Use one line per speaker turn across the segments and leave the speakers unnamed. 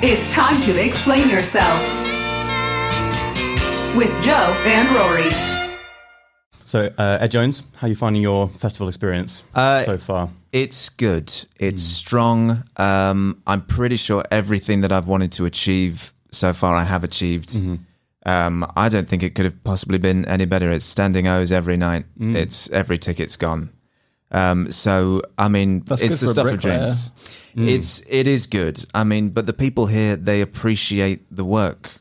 It's time to explain yourself with Joe and Rory.
So, uh, Ed Jones, how are you finding your festival experience
Uh,
so far?
It's good. It's
Hmm.
strong. Um, I'm pretty sure everything that I've wanted to achieve so far, I have achieved.
Mm-hmm.
Um, I don't think it could have possibly been any better. It's standing O's every night.
Mm.
It's every ticket's gone. Um, so I mean,
That's
it's
good
the
for a
stuff of
bricklayer. Mm.
dreams. It's it is good. I mean, but the people here they appreciate the work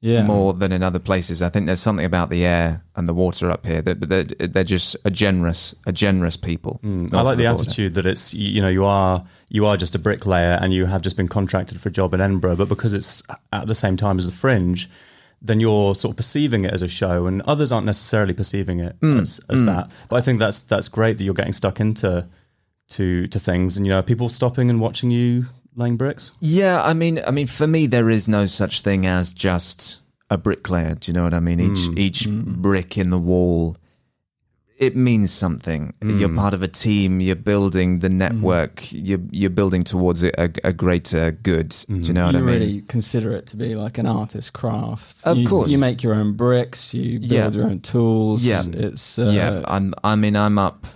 Yeah.
more than in other places. I think there's something about the air and the water up here that they're, they're just a generous, a generous people.
I
Mm.
north
like
of
the
border.
attitude that it's you, you know you are you are just a bricklayer and you have just been contracted for a job in Edinburgh, but because it's at the same time as the Fringe, then you're sort of perceiving it as a show, and others aren't necessarily perceiving it
Hmm,
as, as that. But I think that's that's great that you're getting stuck into to to things, and you know people stopping and watching you laying bricks.
Yeah, I mean, I mean, for me, there is no such thing as just a bricklayer. Do you know what I mean? Each
Mm.
each brick in the wall, it means something.
Mm.
You're part of a team. You're building the network. You're you're building towards a, a, a greater good. Do you know what
Mm-hmm. you
I mean?
really consider it to be like an artist craft.
Of
You-
course.
you make your own bricks, you build
Yeah.
your own tools.
Yeah.
it's uh,
yeah, I'm. I mean, I'm up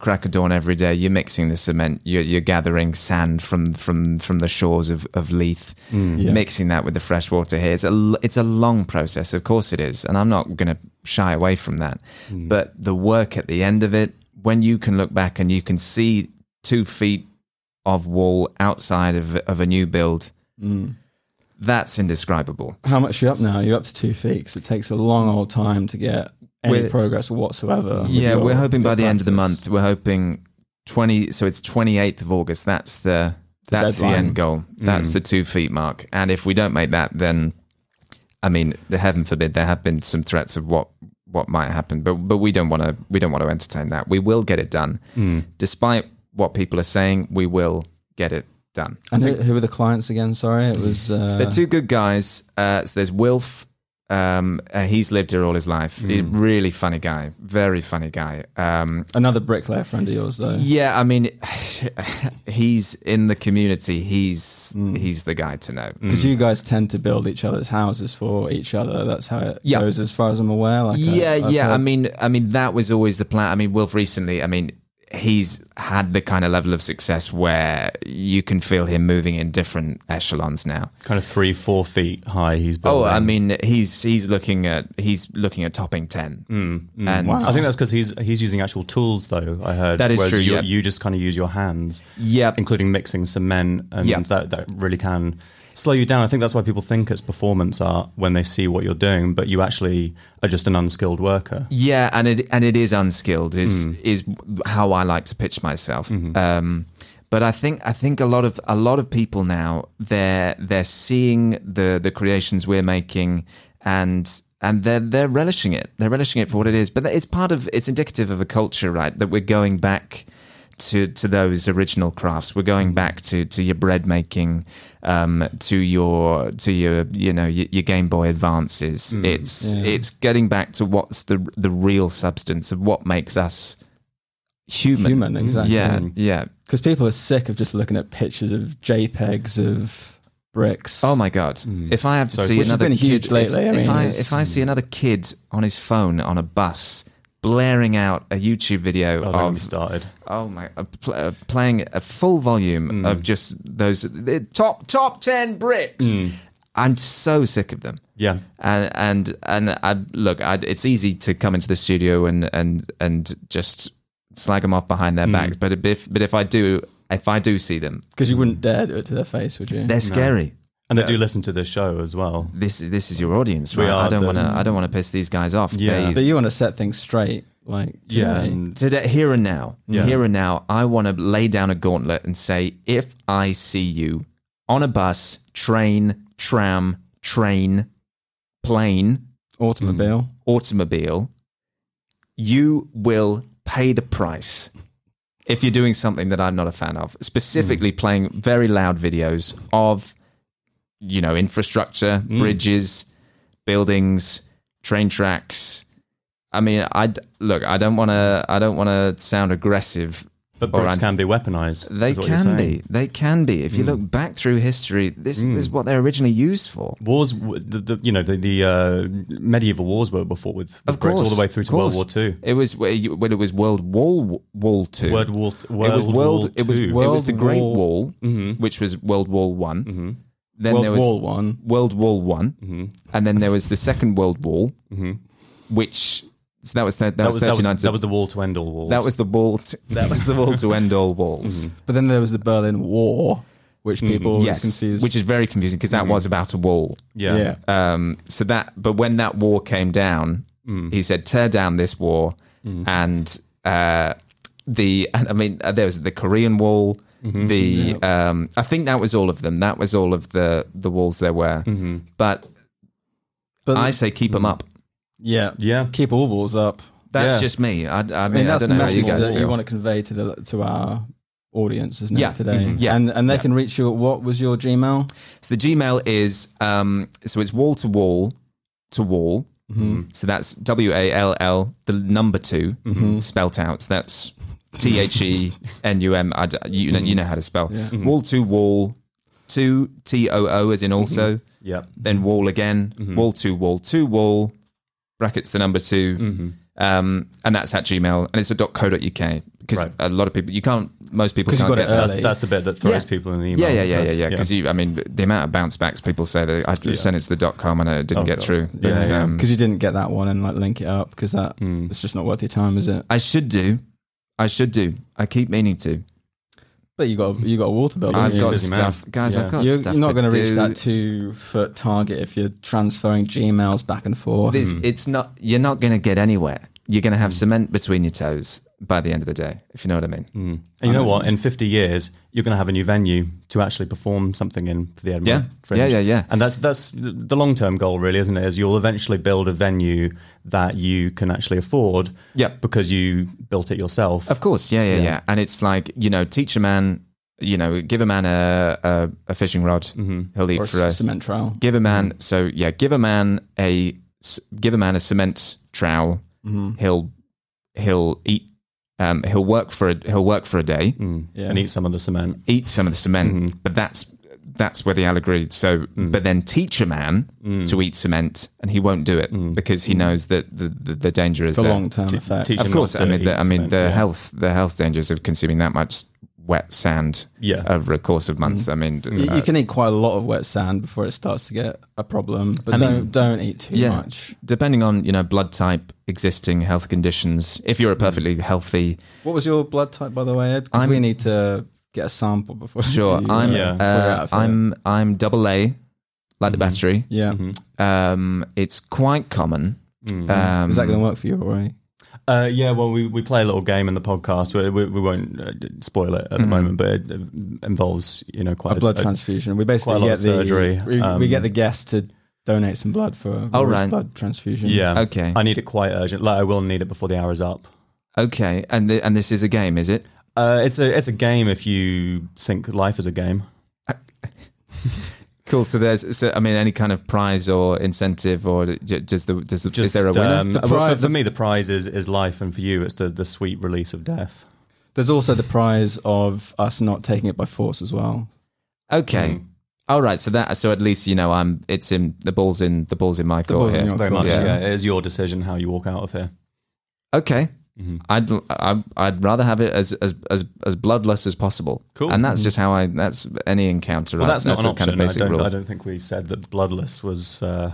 crack of dawn every day. You're mixing the cement. You're, you're gathering sand from from from the shores of of Leith,
Hmm.
Yeah.
mixing that with the fresh water here. It's a l- it's a long process, of course it is, and I'm not going to shy away from that. But the work at the end of it, when you can look back and you can see two feet of wall outside of of a new build, that's indescribable.
Mm. How much are you up now? You're up to two feet 'cause it takes a long old time to get any
We're-
progress whatsoever. with
Yeah,
your-
we're hoping by
your
the end of the
practice.
month. We're hoping twenty. So it's twenty eighth of August. That's the that's the,
deadline. Mm.
end goal. That's the two feet mark. And if we don't make that, then I mean, the heaven forbid, there have been some threats of what what might happen. But but we don't want to we don't want to entertain that. We will get it done,
Hmm.
despite what people are saying. We will get it done.
And who, who were the clients again? Sorry, it was. Uh,
So they're two good guys. Uh, so there's Wilf. Um, uh, he's lived here all his life.
Mm.
He- really funny guy. Very funny guy. Um,
Another bricklayer friend of yours, though.
Yeah, I mean, he's in the community. He's
Hmm.
he's the guy to know.
Because you guys tend to build each other's houses for each other. That's how it
Yeah.
goes, as far as I'm aware. Like I-
yeah,
I've
yeah. I
heard-
mean, I mean that was always the plan. I mean, Wilf recently. I mean, he's had the kind of level of success where you can feel him moving in different echelons now.
Kind of three, four feet high. He's building.
Oh, I mean, he's he's looking at he's looking at topping ten, and
Hmm, Wow.
I think that's because he's he's using actual tools, though. I heard
That is
whereas
true,
You,
yeah.
you just kind of use your hands,
Yeah.
including mixing cement, and
Yeah.
that that really can slow you down. I think that's why people think it's performance art when they see what you're doing, but you actually are just an unskilled worker.
Yeah, and it and it is unskilled is is how I like to pitch myself. Um, but I think I think a lot of a lot of people now they're they're seeing the the creations we're making and and they're they're relishing it. They're relishing it for what it is. But it's part of it's indicative of a culture, right? That we're going back to to those original crafts. We're going back to to your bread making, um, to your to your you know your, your Game Boy Advances. It's it's getting back to what's the the real substance of what makes us human.
human, exactly.
Yeah, yeah.
Because people are sick of just looking at pictures of JPEGs of bricks.
Oh my god! If I have to see
Hmm. Which has
another
been huge
kid,
lately,
If,
I
if
mean,
I
it's- hmm.
if I see another kid on his phone on a bus blaring out a YouTube video
Oh,
of
we started.
Oh my! Uh, pl- uh, playing a full volume
Hmm.
of just those the top top ten bricks.
Hmm.
I'm so sick of them.
Yeah.
And and and I look. I, it's easy to come into the studio and and and just slag them off behind
Hmm.
their backs. But if but if I do if I do see them,
Because you wouldn't dare do it to their face, would you?
they're scary.
And they do listen to this show as well.
This this is your audience,
We
right? I
are
don't
the-
want to I don't want to piss these guys off.
Yeah.
They-
But you want to set things straight, like
Yeah.
today.
and-
today here and now
Yeah.
here and now i want to lay down a gauntlet and say if i see you on a bus train tram train plane
automobile.
automobile you will pay the price if you're doing something that i'm not a fan of specifically
Hmm.
playing very loud videos of you know infrastructure
Hmm.
bridges buildings train tracks I mean, I look. I don't want to. I don't want to sound aggressive
But
Or
bricks
an-
can be weaponized.
They
is what you're saying. Hmm.
can be. They can be. If you look back through history, this, this is what they're originally used for.
Wars, w- the, the, you know, the, the uh, medieval wars were before with, with
Of
bricks
course,
all the way through
of
to World War
course.
Two.
It was when you- when it was World War War Two.
World War, World
it was
World,
World. It was
Two.
it was the Great
War-
Wall, which was World War One. Then
World
there was
War One.
World War One, and then there was the Second World War, which so that was the, that,
that,
was
was, that,
thirty
was,
nine.
that was the wall to end all wars.
that was the wall. To, that was the wall to end all walls.
But then there was the Berlin War, which people always
Yes,
confuse.
which is very confusing because that was about a wall.
yeah.
yeah.
Um, so that, but when that war came down, he said, "Tear down this war," and uh, the, and I mean, uh, there was the Korean Wall. The um, I think that was all of them. That was all of the the walls there were. But
But
I say keep them up.
yeah,
Yeah.
Keep all walls up.
That's
Yeah.
just me. I, I mean, I,
I mean, that's
don't
the
know how you
message
guys
that
feel.
you want to convey to the to our audience, isn't
Yeah.
it? Today,
Mhm. Yeah.
and and they can reach you at what was your Gmail?
so the Gmail is um, so it's wall to wall to wall.
Mm-hmm.
So that's W A L L the number 2
Mm-hmm.
spelt out. So that's T H E N U M. I d- You know, you know how to spell wall to wall two T O O as in also
Mm-hmm.
Yeah.
then wall again wall to wall to wall brackets the number 2
Mm-hmm.
Um, and that's at Gmail, and it's a .co.uk because
Right.
a lot of people you can't, most people
'Cause you
can't
got
get
it
that.
early.
That's, that's the bit that throws
Yeah.
people in the email.
Yeah, yeah, yeah, yeah,
That's-
yeah. Because you, I mean, the amount of bounce backs people say that I just sent it to the dot com and it didn't
Oh,
get
God.
through. But,
Yeah, yeah.
Um,
Because you didn't get that one and like link it up because that it's just not worth your time, is it?
I should do. I should do. I keep meaning to.
But you got you got a wall to build. haven't
I've
you?
got
busy man.
stuff, guys.
Yeah.
I've got
you're,
stuff.
you're not
going to
reach
do.
that two foot target if you're transferring Gmails back and forth.
This,
Hmm.
it's not. You're not going to get anywhere. You're going to have cement between your toes by the end of the day, if you know what I mean.
And you know what? In 50 years, you're going to have a new venue to actually perform something in for the Edinburgh
Yeah.
Fringe.
Yeah, yeah, yeah.
And that's that's the long term goal, really, isn't it? Is you'll eventually build a venue that you can actually afford.
Yeah.
Because you built it yourself.
Of course, yeah, yeah, yeah, And it's like you know, teach a man, you know, give a man a a, a fishing rod,
Mm-hmm.
he'll eat
or a
for a,
s- cement trowel.
give a man
Hmm.
so yeah give a man a s- give a man a cement trowel
Mm-hmm.
he'll he'll eat um, he'll work for a he'll work for a day
Mm.
Yeah.
And eat some of the cement.
eat some of the cement
Mm-hmm.
but that's that's where the allegory so
Mm.
but then teach a man to eat cement and he won't do it
Mm.
because he knows that the, the, the danger is
the
there
long term effect.
teach-
of
him
course
not
i
to
mean the,
eat
i mean
cement,
the
yeah.
health the health dangers of consuming that much wet sand
Yeah. Mm-hmm.
over a course of months i mean
You,
uh,
you can eat quite a lot of wet sand before it starts to get a problem, but don't don't eat too
yeah.
much.
depending on you know blood type, existing health conditions. If you're a perfectly healthy,
What was your blood type, by the way, Ed? 'Cause
I'm-
we need to get a sample before.
sure,
you,
I'm
uh,
Yeah.
figure out
uh,
if it-
I'm I'm double A, like the battery.
Yeah,
Mm-hmm.
Um, it's quite common. Um,
is that going to work for you, Roy?
Uh, yeah, well, we, we play a little game in the podcast. We, we, we won't uh, spoil it at
Mm-hmm.
the moment, but it uh, involves you know quite
A blood transfusion. We basically
quite a lot
get
of
the
surgery,
We, we
um,
get the guest to donate some blood for
Oh,
Roy's
right.
blood transfusion.
Yeah.
Mm-hmm. Okay.
I need it quite urgent. Like I will need it before the hour is up.
okay, and th- and this is a game, is it?
Uh, it's a it's a game if you think life is a game.
Cool. So there's, so, I mean, any kind of prize or incentive, or j- just the, does the is there a winner?
um,
The
well, for-
prize-
for, me, the prize is, is life, and for you, it's the, the sweet release of death.
There's also the prize of us not taking it by force as well.
Hmm.
okay.
Um,
All right, so that so at least you know I'm. It's in the ball's in the ball's in my court
ball's in
here.
your
Very
Cool,
much,
yeah.
yeah. It is your decision how you walk out of here.
Okay.
Mm-hmm.
I'd, I'd I'd rather have it as as as, as bloodless as possible.
Cool. Mm-hmm.
And that's just how I. That's any encounter.
Well,
right?
that's, not an
the
option. I, don't, I don't think we said that bloodless was. Uh,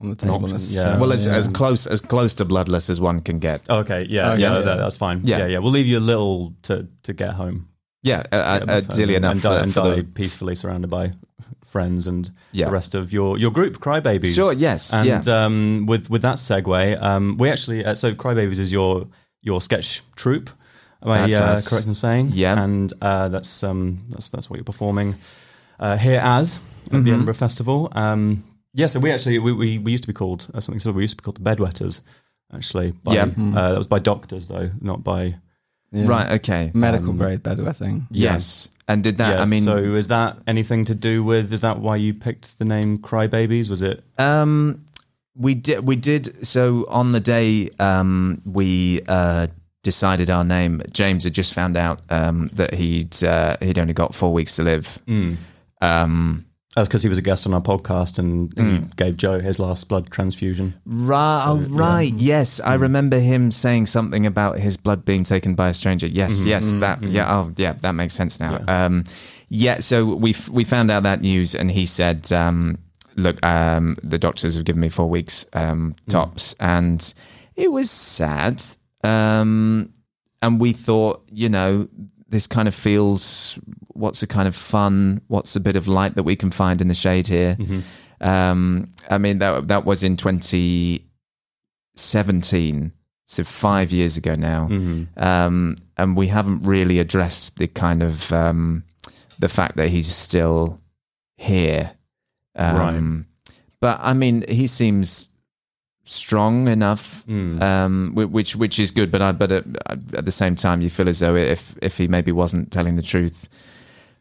On the table,
option,
necessarily.
yeah.
Well, as,
Yeah.
as close as close to bloodless as one can get.
oh, okay, yeah,
Okay,
yeah,
yeah.
that- that's fine.
Yeah.
Yeah. yeah, We'll leave you a little to, to get home.
Yeah, uh, uh,
So-
ideally enough
and die,
for-
and
for
die
the-
peacefully surrounded by friends and
Yeah.
the rest of your, your group, Crybabies.
Sure, yes,
And
yeah.
um, with with that segue, um, we actually uh, so Crybabies is your your sketch troupe. Am I
That's
uh,
us.
correct in saying?
Yeah.
and uh, that's um, that's that's what you're performing uh, here as at
Mm-hmm.
the Edinburgh Festival. Um, yeah, so we actually we, we, we used to be called uh, something. So we used to be called the Bedwetters. Actually, by,
Yeah. Mm-hmm.
uh, that was by doctors though, not by um,
Yeah.
Right. Um, Okay.
Medical grade bedwetting.
Yes. And did that?
Yeah,
Uh, I mean,
so is that anything to do with? Is that why you picked the name Crybabies? Was it?
um, we did. We did. So on the day, um, we uh, decided our name, James had just found out um, that he'd uh, he'd only got four weeks to live. Um,
That's because uh, he was a guest on our podcast and, and he
Mm.
gave Joe his last blood transfusion.
Right, oh, right. Yes, I remember him saying something about his blood being taken by a stranger. Yes, yes, that yeah, oh yeah, that makes sense now. Yeah. Um, yeah, so we f- we found out that news, and he said, um, "Look, um, the doctors have given me four weeks um, tops," and it was sad. Um, and we thought, you know, this kind of feels what's a kind of fun, what's a bit of light that we can find in the shade here. Um, I mean, that that was in 2017, so five years ago now,
Mm.
um, and we haven't really addressed the kind of um, the fact that he's still here. Um, But I mean, he seems strong enough,
Uh,
um, whi- which which is good. But I but at, at the same time, you feel as though if if he maybe wasn't telling the truth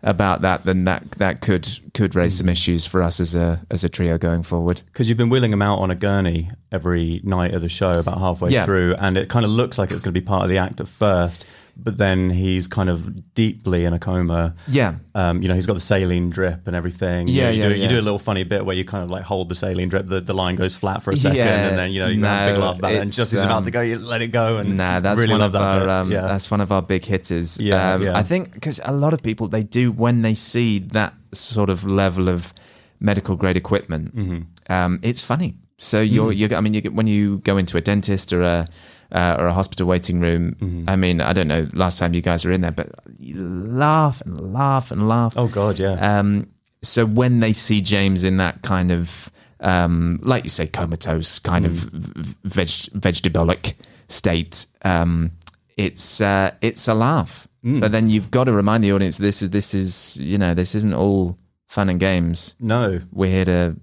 about that, then that that could could raise some issues for us as a as a trio going forward.
Because you've been wheeling him out on a gurney every night of the show, about halfway
Yeah.
through, and it kind of looks like it's going to be part of the act at first, but then he's kind of deeply in a coma.
Yeah.
Um, you know, he's got the saline drip and everything. You
Yeah,
know, you
yeah,
do,
yeah.
You do a little funny bit where you kind of like hold the saline drip, the, the line goes flat for a second,
Yeah,
and then you know you have a big
no,
laugh about it. And
it's,
just as about
um,
to go, you let it go, and
Nah, uh, that's
really
one
love
of
that
our
bit.
um,
yeah.
that's one of our big hitters.
Yeah,
um,
yeah.
I think because a lot of people they do when they see that sort of level of medical grade equipment,
Mm-hmm.
um, it's funny. So you're, you're I mean, you, get- when you go into a dentist or a uh, or a hospital waiting room,
Mm-hmm.
I mean, I don't know last time you guys were in there, but you laugh and laugh and laugh.
oh god, yeah.
Um, so when they see James in that kind of, um, like you say, comatose kind of v- veg- vegetabolic state, um, it's uh, it's a laugh. But then you've got to remind the audience this is this is you know this isn't all fun and games.
no,
We're here to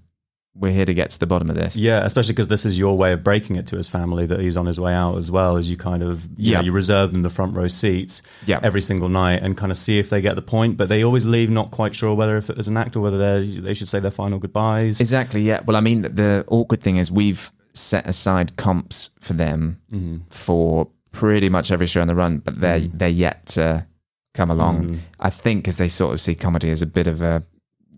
we're here to get to the bottom of this.
Yeah, especially because this is your way of breaking it to his family that he's on his way out as well. As you kind of yeah,
Yeah.
you reserve them the front row seats
Yeah.
every single night and kind of see if they get the point. But they always leave not quite sure whether if it was an act or whether they they should say their final goodbyes.
Exactly. Yeah. Well, I mean, the, the awkward thing is we've set aside comps for them
Mm-hmm.
for pretty much every show on the run, but they're they're yet to come
Mm.
along.
Mm-hmm.
I think because they sort of see comedy as a bit of a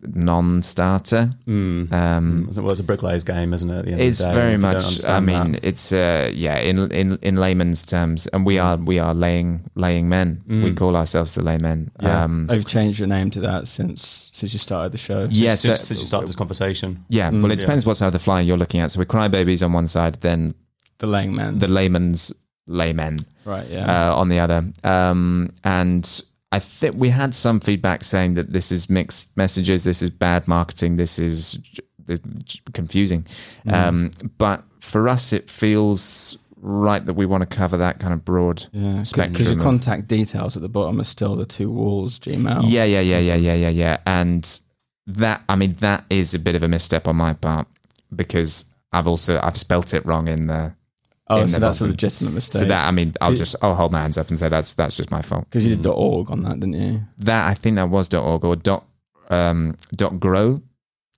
non-starter. Um,
well, Mm. it's a bricklayer's game, isn't it? at the end of the
it's
day? If
very
you don't
much. I
understand
mean,
that.
it's uh, yeah. In in in layman's terms, and we are we are laying laying men. We call ourselves the laymen.
Mm. Yeah.
Um,
They've changed your name to that since since you started the show.
yeah,
since,
so-
since you start this Mm, conversation,
yeah. Well, it depends what side of the fly you're looking at. So we're crybabies on one side, then
The Lang Man.
the layman's laymen
right, yeah.
uh, on the other. Um, and I think we had some feedback saying that this is mixed messages, this is bad marketing, this is j- j- j- confusing. Um, but for us, it feels right that we want to cover that kind of broad
yeah, because
spectrum.
your
of-
contact details at the bottom are still the two walls Gmail.
yeah, yeah, yeah, yeah, yeah, yeah, yeah. And that, I mean, that is a bit of a misstep on my part because I've also I've spelt it wrong in the.
Oh,
in
so
the
that's a
bottom.
legitimate mistake.
So that I mean, I'll
Did-
just I'll hold my hands up and say that's that's just my fault.
because you did the org on that, didn't you?
that I think that was .org or dot um dot grow.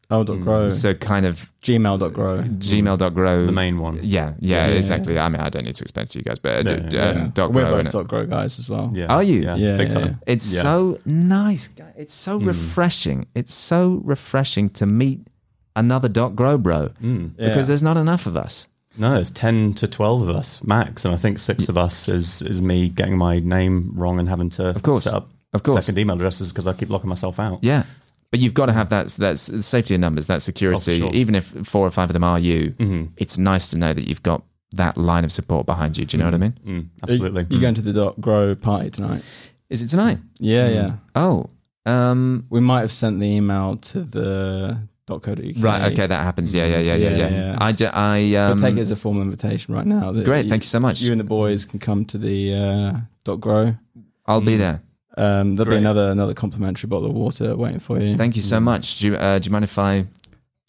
Oh, dot grow.
Mm. So kind of
Gmail dot grow.
Gmail dot grow.
Oh. the main one.
yeah, yeah,
Yeah.
exactly. I mean, I don't need to explain to you guys, but uh,
No,
d-
yeah.
um, dot
We're
grow.
both
innit?
dot grow guys as well.
Yeah,
Are you?
Yeah,
Yeah,
big
yeah,
time.
It's
Yeah. Hmm.
so nice. guy. It's so refreshing. It's so refreshing to meet another dot grow bro
Hmm.
because there's not enough of us.
No, it's ten to twelve of us max, and I think six of us is is me getting my name wrong and having to of
course.
set up
Of course.
second email addresses because I keep locking myself out.
Yeah. But you've got to have that that's the safety in numbers, that security.
Oh, sure. Mm-hmm.
Even if four or five of them are you, it's nice to know that you've got that line of support behind you. Do you know what I mean?
Mm,
Are you-
absolutely.
You going to the dot grow party tonight?
Mm-hmm.
Is it tonight?
Yeah, yeah.
Oh, um,
We might have sent the email to the dot co. uk.
right. Okay, that happens. Yeah, yeah, yeah, yeah,
Yeah,
yeah.
yeah.
I, ju- I
We'll
um,
take it as a formal invitation right now. that
great. thank you so much.
You and the boys can come to the uh, dot grow.
I'll be there.
Um, there'll
Great.
be another another complimentary bottle of water waiting for you.
Thank you so much. Do you, uh, do you mind if I?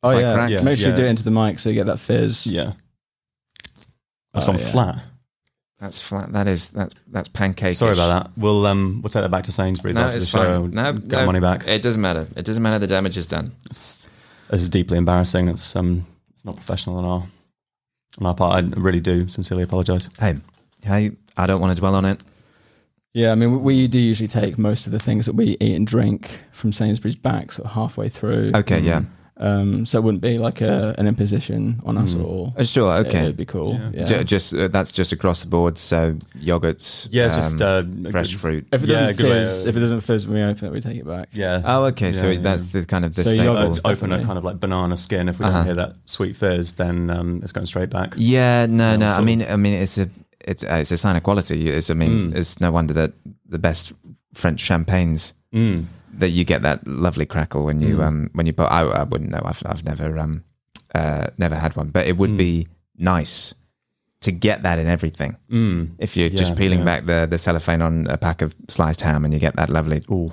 oh
Like
yeah.
crack.
Yeah,
make sure
yeah,
you do it
it's-
into the mic so you get that fizz.
Mm. Yeah.
Oh,
It's gone
yeah.
flat.
That's flat. That is that's that's pancake.
Sorry about that. We'll um we'll take that back to Sainsbury's
No,
after the
it's
show.
fine. No,
get
no,
money back.
It doesn't matter. It doesn't matter. The damage is done.
It's, this is deeply embarrassing. It's um it's not professional on our on our part. I really do sincerely apologise.
Hey, hey. I don't want to dwell on it.
Yeah, I mean, we do usually take most of the things that we eat and drink from Sainsbury's back sort of halfway through.
Okay, yeah,
Um, so it wouldn't be like a, an imposition on us
Mm.
all.
Uh, sure,
It,
okay.
would be cool.
Yeah.
Yeah.
Ju- just uh, that's just across the board. So yogurts,
Yeah, it's
um,
just uh,
fresh fruit.
if it
Yeah,
doesn't
good way
fizz,
of-
if it doesn't fizz when we open it, we take it back.
Yeah.
Oh, okay. so
Yeah,
it- that's
yeah.
the kind of the
So
staple.
yogurts-
Let's open a
definitely.
kind of like banana skin. If we
Uh-huh.
don't hear that sweet fizz, then um, it's going straight back.
Yeah, no,
Yeah,
no. I
sort
mean, I mean, it's a it, uh, it's a sign of quality. It's, I mean,
Mm.
Hmm.
it's no wonder that the best French champagnes
Mm.
that you get that lovely crackle when you
Hmm.
Mm.
um when you put. I, I wouldn't know. I've I've never um uh never had one, but it would
Hmm.
Mm.
be nice to get that in everything.
Mm.
If you're
Yeah,
just peeling
yeah.
back the the cellophane on a pack of sliced ham and you get that lovely.
Ooh,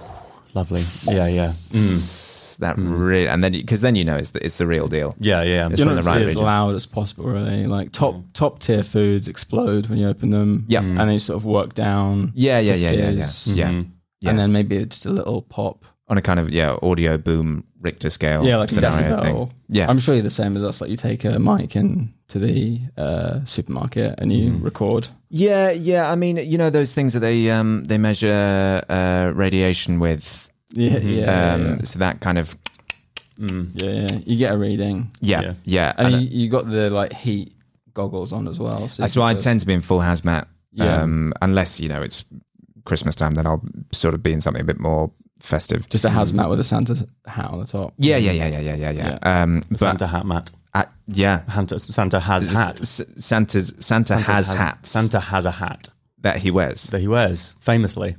lovely. Yeah, yeah. Mm.
That
Hmm.
Mm.
really, and then because then you know it's the, it's the real deal.
Yeah, yeah.
It's
You
from the
want to see
right
as
region.
loud as possible, really. Like top
Mm.
top tier foods explode when you open them.
Yeah.
And then you sort of work down.
Yeah, yeah, yeah, yeah, yeah,
fizz. Mm-hmm.
yeah.
Mhm.
Yeah.
And then maybe just a little pop.
On a kind of yeah audio boom Richter scale.
yeah, like
Oh,
a
scenario thing.
decibel.
Yeah.
I'm sure you're the same as us. Like you take a mic in to the uh, supermarket and you
Mhm.
Mm-hmm.
record.
Yeah, yeah. I mean, you know those things that they um, they measure uh, radiation with.
Yeah,
Mhm.
yeah,
um,
yeah.
So that kind of
Mm.
yeah, yeah. You get a reading,
yeah, yeah.
Yeah.
and,
And uh,
you, you got the like heat goggles on as well. So you
that's
can
why I
sort of-
tend to be in full hazmat.
Yeah.
Um, unless you know it's Christmas time, then I'll sort of be in something a bit more festive.
just a hazmat with a Santa hat on the top.
Yeah, yeah, yeah, yeah, yeah, yeah, yeah. Um, but
Santa hat, Matt.
uh, yeah,
Santa, Santa has hat.
S- s- Santa's Santa
Santa
has, hats
Santa has a hat
that he wears.
that he wears famously.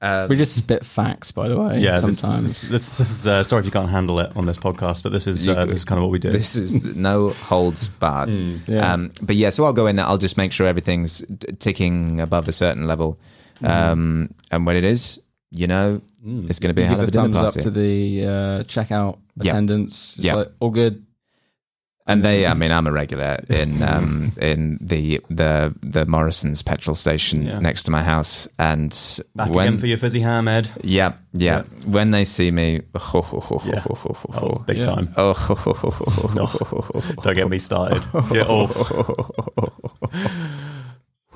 Uh,
We just spit facts, by the way.
Yeah, this-
sometimes
This, this is uh, sorry if you can't handle it on this podcast, but this is
You-
uh, this is kind of what we do.
this is no holds barred.
Mm, Yeah.
Um, but yeah, so I'll go in there. I'll just make sure everything's d- ticking above a certain level. Um, and when it is, you know,
Mm.
it's going to be a
Mm-hmm. you
hell
give
of
the
a dinner
thumbs
party.
up to the uh, checkout
Yeah.
attendants. Just
Yeah.
like, all good.
and they, I mean, I'm a regular in um, in the the the Morrison's petrol station
Yeah.
next to my house. And
Back
when,
again for your fizzy ham, Ed.
yeah, yeah, when they see me, oh,
Yeah. Oh, big
Yeah.
time.
oh,
Don't get me started. Yeah,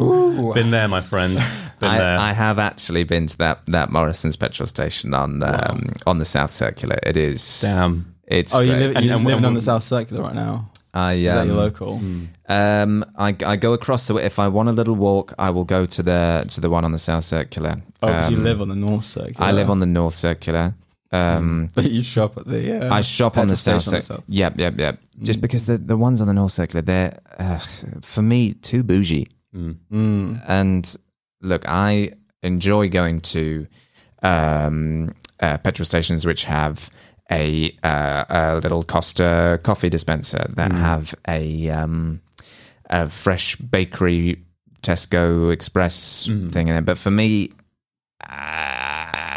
oh, been there, my friend. Been there.
I, I have actually been to that that Morrison's petrol station on um, on the South Circular. It is
Damn.
It's
Oh, you
great.
live,
And-
you're
and-
living
and-
on the South Circular right now.
I
Is that your
um,
local?
Mm.
um I, I go across the if I want a little walk, I will go to the to the one on the South Circular.
Oh, because you
Um,
live on the North Circular.
I live on the North Circular. Um,
But you shop at the. Uh,
I shop on the South
petrol Mm. station Mm. on the
Circular. Yep, yep, yep. Just because the the ones on the North Circular, they're uh, for me too bougie.
Mm.
And look, I enjoy going to um, uh, petrol stations which have a, uh, a little Costa coffee dispenser that have a, um, a fresh bakery Tesco Express thing in it. But for me, uh,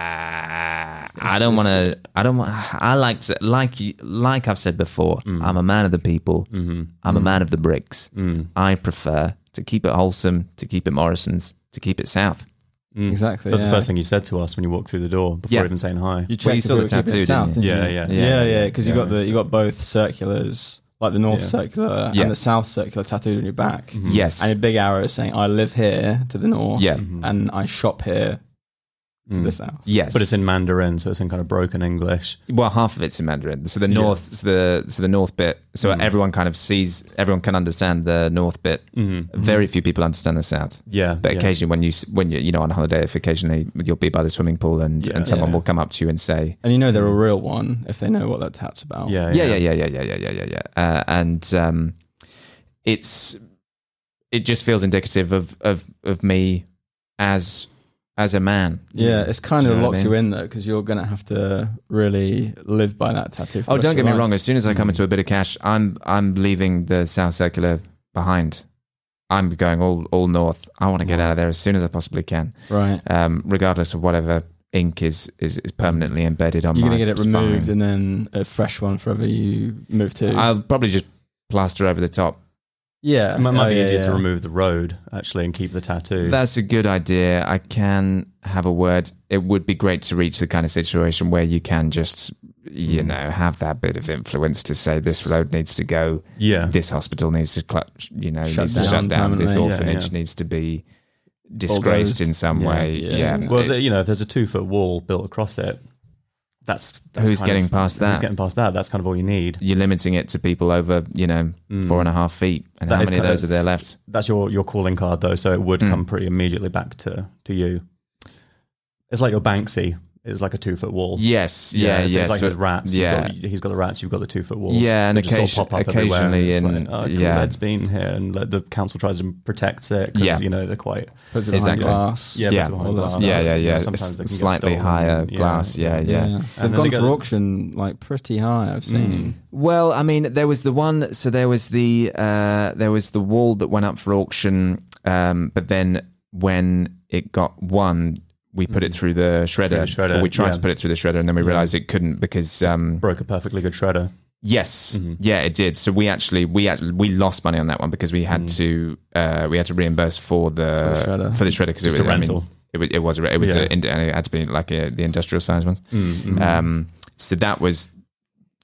I don't want to. I don't want. I like to like you- like I've said before. I'm a man of the people.
Mm-hmm.
I'm a man of the bricks.
Mm.
I prefer to keep it wholesome, to keep it Morrison's, to keep it South.
Exactly.
That's
yeah.
the first thing you said to us when you walked through the door before
Yeah.
even saying hi.
You checked
Well, you
if
saw
we
the
were keeping
tattoo,
it south,
didn't
didn't
you?
Yeah,
you?
yeah.
yeah, yeah. Because you
Yeah.
got the you got both circulars, like the North
Yeah.
Circular
Yeah.
and the South Circular tattooed on your back,
Yes.
and a big arrow saying "I live here" to the north,
Yeah.
Mm-hmm.
and I shop here to
Mm.
the south.
yes.
But it's in Mandarin, so it's in kind of broken English.
well, half of it's in Mandarin. So the north, so the so the north bit. So
Mm.
everyone kind of sees, everyone can understand the north bit. Very few people understand the south.
Mm. Yeah.
But
yeah.
occasionally, when you s- when you you know on holiday, if occasionally you'll be by the swimming pool and
Yeah.
and someone
Yeah.
will come up to you and say,
And you know they're a
Mm.
real one if they know what that tat's about.
Oh, Yeah,
yeah, yeah, yeah, yeah, yeah, yeah, yeah, yeah, yeah. Uh, and um, it's it just feels indicative of of of me as as a man.
Yeah, it's kind
Do you
of
know what
locked
I
you in though, because you're gonna have to really live by that tattoo. For
Oh,
the
don't
rest of
get me
your
wrong.
life.
As soon as I come into a bit of cash, I'm I'm leaving the South Circular behind. I'm going all all north. I want to get out of there as soon as I possibly can,
Right,
um, regardless of whatever ink is is, is permanently embedded on
you're
my
gonna get it
spine.
removed and then a fresh one forever you move to.
I'll probably just plaster over the top.
yeah,
It might, might
Oh,
be
yeah,
easier to
yeah.
remove the road, actually, and keep the tattoo.
That's a good idea. I can have a word. It would be great to reach the kind of situation where you can just
Mm.
you know, have that bit of influence to say this road needs to go,
Yeah.
this hospital needs to, cl- you know,
Shut
needs to
down
shut down, this
permanently.
Yeah,
orphanage
yeah.
needs to be disgraced in some
Yeah,
way.
yeah.
Yeah.
Well,
It-
the- you know, if there's a two foot wall built across it, that's, that's
Who's
kind
getting
of-
past
Who's
that?
getting past that? That's kind of all you need.
You're limiting it to people over, you know,
Hmm.
four and a half feet. And
That
how
is
many of
kind
those
of-
are there left?
That's your your calling card though, so it would
Mm.
come pretty immediately back to to you. It's like your Banksy. It's like a two foot wall.
Yes. Yeah.
so
yes.
It's like
but-
with rats. You've
Yeah.
got- he's got the rats. You've got the two foot walls.
Yeah, and
They just all
occasion-
pop up everywhere, and
occasionally
it's
in-
like, oh, cool,
yeah.
Ed's been here, and like, the council tries and protects it because
Yeah.
you know they're quite
Puts it behind
Exactly.
glass.
yeah,
Yeah.
that's behind
All that
glass.
stuff.
yeah. Yeah.
You know,
Yeah.
sometimes they can get
Slightly
stolen,
higher
yeah.
glass. Yeah. Yeah.
They've
then
gone
they
for
get-
auction like pretty high. I've
Mm.
seen.
Well, I mean, there was the one. So there was the uh, there was the wall that went up for auction, um, but then when it got won, we put it through the shredder.
Mm. Through the shredder,
Or we tried to
yeah.
put it through the shredder, and then we realized it couldn't because um,
Broke a perfectly good shredder.
yes, yeah, it did. So we actually we actually, we lost money on that one because we had to uh, we had to reimburse for the
For the shredder.
for the shredder because it
Just
was
a
I mean,
rental.
it was it was a, it was
Yeah.
a, and it had to be like a, the industrial size ones. Um, so that was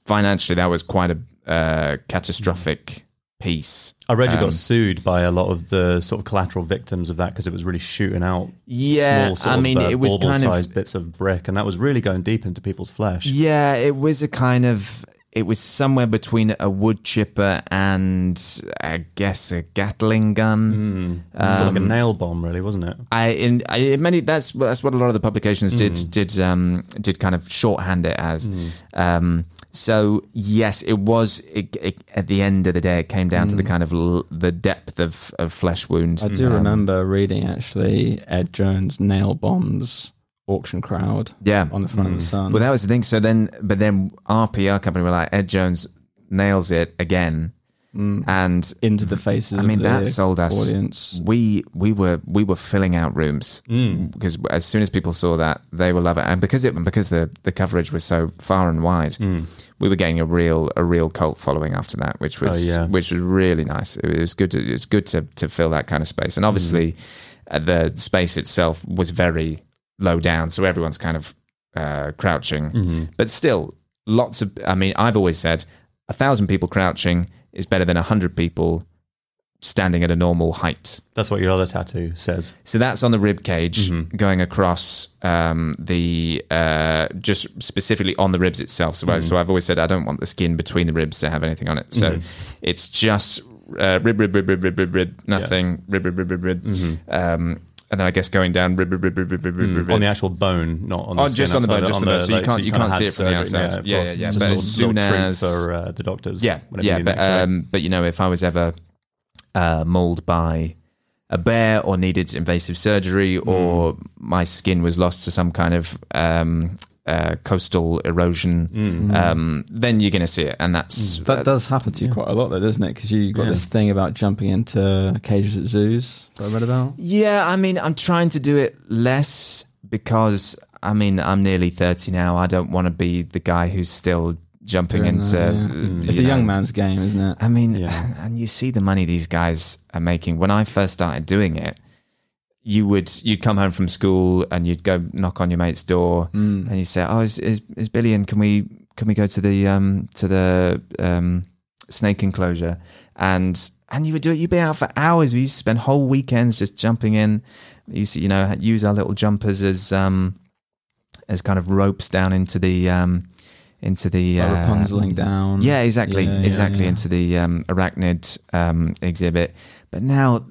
financially that was quite a uh, catastrophic piece.
I read you
Um,
got sued by a lot of the sort of collateral victims of that because it was really shooting out.
Yeah,
small sort
I
of,
mean,
uh,
it was kind of-
sized bits of brick, and that was really going deep into people's flesh.
Yeah, it was a kind of it was somewhere between a wood chipper and I guess a Gatling gun.
Mm. It was like
um,
a nail bomb, really, wasn't it?
I in I, in many that's that's what a lot of the publications
Mm.
did did um did kind of shorthand it as. Um, so yes, it was. It, it, at the end of the day, it came down to the kind of l- the depth of, of flesh wound.
Mm. I do
Um,
remember reading actually Ed Jones nail bombs auction crowd.
Yeah. Mm.
on the front of the sun.
Well, that was the thing. So then, but then our PR company were like, Ed Jones nails it again,
Mm.
and
into the faces.
I mean
of the
that sold us.
audience.
We we were we were filling out rooms
Mm.
because as soon as people saw that, they were loving it, and because it because the the coverage was so far and wide,
Mm.
we were getting a real a real cult following after that, which was
Oh, yeah.
which was really nice. It was good. To, it's good to to fill that kind of space,
Mm.
and obviously, uh, the space itself was very low down, so everyone's kind of uh, crouching,
Mm-hmm.
but still lots of. I mean, I've always said a thousand people crouching is better than a hundred people standing at a normal height.
That's what your other tattoo says.
So that's on the rib cage going across um, the uh, just specifically on the ribs itself. So, I- so I've always said I don't want the skin between the ribs to have anything on it. So it's just uh, rib, rib, rib, rib, rib, rib, rib, nothing, rib, rib, rib, rib, rib. Um, and then I guess going down rib, rib, rib, rib, rib, rib, rib, rib.
On the actual bone, not on the
Oh,
skin
just on the bone,
outside,
just on the bone. So you
like,
can't- you
kinda
can't
had
see it from the
surgery.
outside.
of
Yeah,
course.
yeah, yeah.
Just
But
a
as
little-
soon
little treat
as-
for uh, the doctors,
Yeah,
whenever
yeah,
you do
but
next week.
um, but you know, if I was ever uh, mauled by a bear or needed invasive surgery, or my skin was lost to some kind of um, uh, coastal erosion, um, then you're going to see it, and that's
That does happen to you quite a lot, though, doesn't it? Because you got this thing about jumping into cages at zoos. That I read about.
Yeah, I mean, I'm trying to do it less because I mean, I'm nearly 30 now. I don't want to be the guy who's still jumping
Doing
into.
that, yeah.
you
It's a young
know,
man's game, isn't it?
I mean,
Yeah.
and you see the money these guys are making. When I first started doing it, you would you'd come home from school and you'd go knock on your mate's door and you say, "Oh, is, is is Billy in? Can we can we go to the um to the um snake enclosure?" And and you would do it. You'd be out for hours. We used to spend whole weekends just jumping in. We used to you know use our little jumpers as um as kind of ropes down into the um into the
Like
uh,
Rapunzeling down.
yeah, exactly,
Yeah, yeah,
exactly
yeah.
into the um, arachnid um, exhibit. But now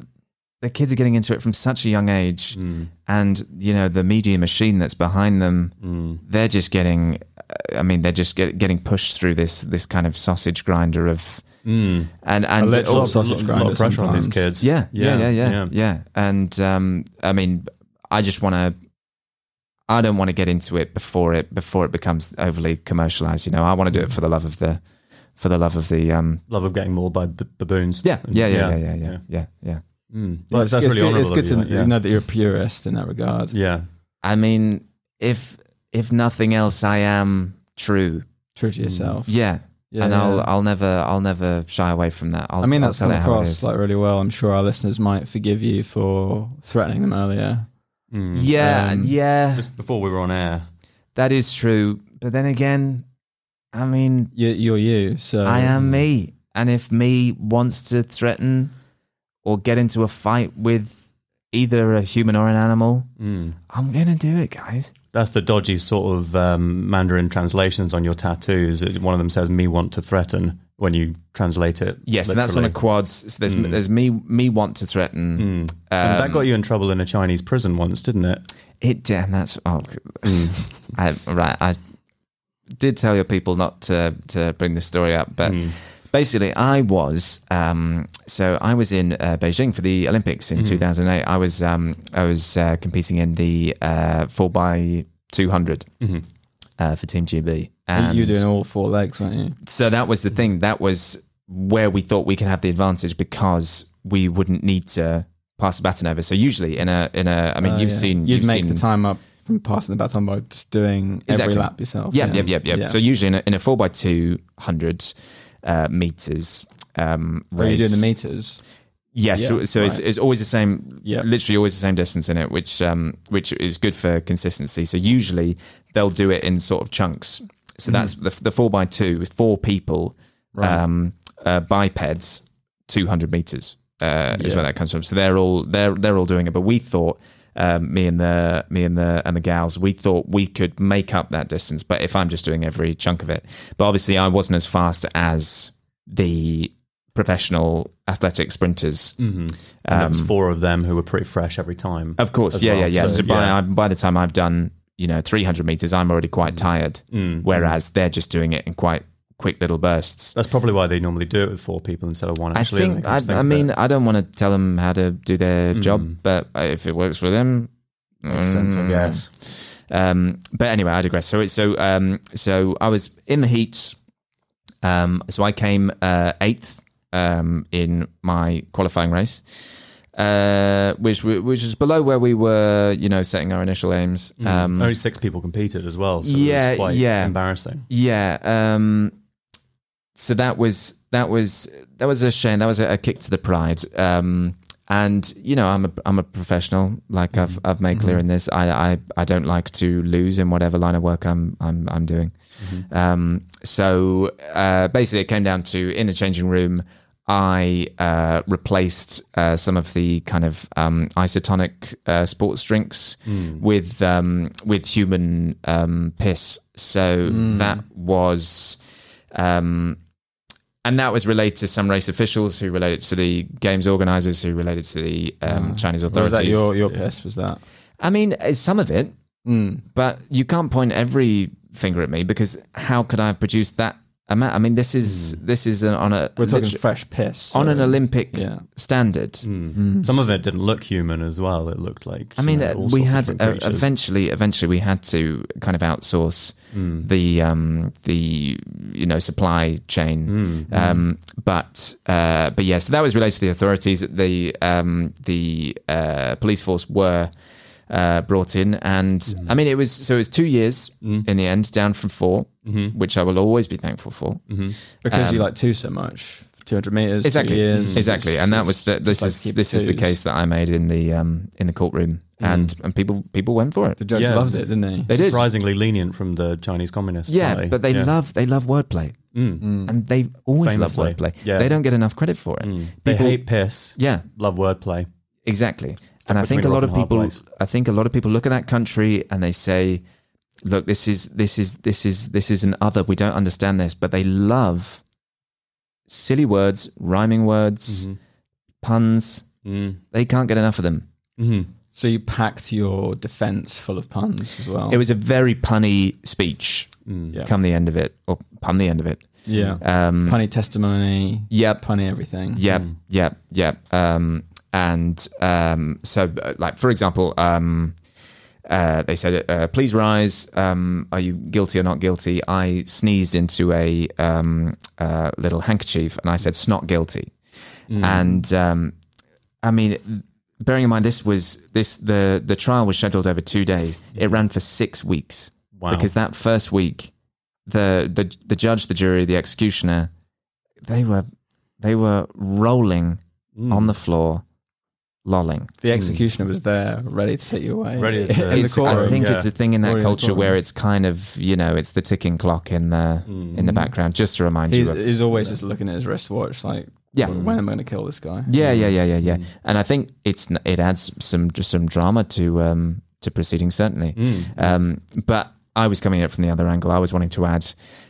the kids are getting into it from such a young age,
Mm.
and you know the media machine that's behind them.
Mm.
They're just getting, uh, I mean, they're just get, getting pushed through this this kind of sausage grinder of, and mm. and
There's a lot,
sausage
lot- lot
grinder
of pressure on these
sometimes.
kids.
yeah, yeah, yeah, yeah, yeah. And um, I mean, I just want to. I don't want to get into it before it before it becomes overly commercialized. You know, I want to do it
Mm.
for the love of the, for the love of the um.
Love of getting mauled by b- baboons.
Yeah,
And-
yeah, yeah, yeah, yeah, yeah, yeah, yeah.
Mm. Well, that's, that's
it's
really
good, it's
honourable.
good to
of you, like,
know that you're a purist in that regard.
yeah.
I mean, if if nothing else, I am true.
True to yourself.
Yeah,
Yeah,
Mm. and I'll
yeah.
I'll never I'll never shy away from that. I'll,
I mean,
I'll
that's
tell
come
it how it
across
is.
like really well. I'm sure our listeners might forgive you for threatening them earlier.
yeah. Mm.
yeah,
um,
yeah,
Just before we were on air,
that is true. But then again, I mean,
You, you're you. So
I am me. And if me wants to threaten or get into a fight with either a human or an animal, I'm going to do it, guys.
Mm. That's the dodgy sort of um, Mandarin translations on your tattoos. It- One of them says "me want to threaten" when you translate it.
Yes, and that's on a
literally.
quads. So there's,
Mm.
there's me me want to threaten.
And that got
Um,
you in trouble in a Chinese prison once, didn't it?
It and that's oh,
Mm.
I, right. I did tell your people not to to bring this story up,
Mm.
but
Mm.
basically, I was um, so I was in uh, Beijing for the Olympics
Mm.
in 2008. I was um, I was uh, competing in the uh, four by 200 uh, for Team GB.
You- You're doing all four legs, aren't you?
so that was the thing. That was where we thought we could have the advantage because we wouldn't need to pass the baton over. So usually in a in a I mean
Oh,
you've
yeah.
seen
You'd
you've
make
seen,
the time up from passing the baton by just doing
Exactly.
every lap yourself.
Yep,
yeah.
yep, yep, yep.
Yeah.
So usually in a, in a four by two hundred uh, meters um,
Or you're
race,
doing the meters.
Yes, so,
Yeah,
so it's,
right.
it's always the same,
Yeah.
literally always the same distance in it, which um, which is good for consistency. So usually they'll do it in sort of chunks. So
Mm-hmm.
that's the, the four by two with four people, um, uh, bipeds, two hundred meters uh, is
Yeah.
where that comes from. So they're all they're they're all doing it, but we thought. Um, me and the me and the and the gals, we thought we could make up that distance. But if I'm just doing every chunk of it, but obviously I wasn't as fast as the professional athletic sprinters.
And there was
Um,
four of them who were pretty fresh every time.
Of course,
as
yeah,
well.
yeah, yeah. So,
So,
by
yeah. Mm.
I, by the time I've done you know 300 meters, I'm already quite tired. Whereas they're just doing it in quite quick little bursts.
That's probably why they normally do it with four people instead of one.
I
Actually,
think, I, I mean, I don't want to tell them how to do their job, but uh, if it works for them,
Mm. makes sense, I
mm,
guess.
um, but anyway, I digress. So, it- so, um, so I was in the heats. Um, so I came uh, eighth um, in my qualifying race, uh, which w- which is below where we were, you know, setting our initial aims.
Mm.
Um,
Only six people competed as well, so it
Yeah,
was quite
yeah.
embarrassing.
yeah. Um, so that was that was that was a shame. That was a, a kick to the pride. Um, and you know, I'm a I'm a professional. Like I've I've made clear in this, I, I I don't like to lose in whatever line of work I'm I'm I'm doing. Um, so uh, basically, it came down to in the changing room. I uh, replaced uh, some of the kind of um, isotonic uh, sports drinks
Hmm.
with um, with human um, piss. So
Hmm.
that was um, and that was related to some race officials who related to the games organizers who related to the um, Chinese
Ah. Was
authorities.
that your, your piss? Was that?
I mean, uh, some of it,
Mm.
but you can't point every finger at me because how could I have produced that amount? I mean, this is
Hmm.
this is an, on a
We're talking
liter-
fresh piss. so-
on an Olympic
Yeah.
standard.
Hmm. Some of it didn't look human as well. It looked like
Mm. I mean,
you know,
uh,
all
we
sorts of
had
different
uh,
creatures.
eventually, eventually, we had to kind of outsource
Hmm.
the um, the you know supply
Hmm,
chain. Um, but uh, but yeah, so that was related to the authorities. The um, the uh, police force were. Uh, brought in, and
Hmm.
I mean, it was so it was two years
Mm,
in the end, down from 4
mm-hmm,
which I will always be thankful for.
Because you like two so much. 200 meters.
Um, Exactly, Mm.
Two years,
exactly, and that was the, this
like
is
keep
this is the
twos.
case that I made in the um, in the courtroom, and and people people went for it.
The judge
Yeah.
loved it, didn't he?
They did.
surprisingly lenient from the Chinese Communist
Yeah,
Party.
but they
Yeah. Mm.
love they love wordplay, and they always
Famously.
love wordplay.
Yeah. Mm.
They don't get enough credit for it.
They
Mm. People-
hate piss.
Yeah,
Love wordplay.
exactly. and I
between a
think a lot
rock and
of
a hard
people,
place.
I think a lot of people look at that country and they say, "Look, this is this is this is this is an other. We don't understand this." But they love silly words, rhyming
Mm-hmm.
words, puns.
Mm.
They can't get enough of them.
Mhm.
So you packed your defense full of puns as well.
It was a very punny speech.
Oh.
Mm-hmm.
yeah.
Come the end of it, or pun the end of it.
yeah.
Um,
punny Mm-hmm. testimony,
Yep.
punny everything.
Yep, yep, yep. Um, and um, so, uh, like for example, um, uh, they said, uh, "Please rise. Um, are you guilty or not guilty?" I sneezed into a um, uh, little handkerchief, and I said, "Snot guilty."
Mm-hmm.
Mm-hmm.
And um, I mean, bearing in mind this was this the the trial was scheduled over two days. It ran for six weeks
Wow.
because that first week, the the the judge, the jury, the executioner,
Mm-hmm.
Hmm.
they were they were rolling on the floor lolling.
The executioner was there, ready to take you away.
Ready to-
in the
It's- I
courtroom.
think
yeah.
it's a thing in
Or
that
in the
culture where
courtroom.
it's kind of you know it's the ticking clock in the
Mm-hmm.
in the background just to remind
Hmm. He's, uh,
you of
he's always just looking at his wristwatch, like,
Yeah.
Mm-hmm.
when am I going to kill this guy?
Mm. yeah yeah yeah yeah yeah. And I think it's n- it adds some just some drama to um to proceedings certainly.
Mm-hmm.
Um, but I was coming at it from the other angle. I was wanting to add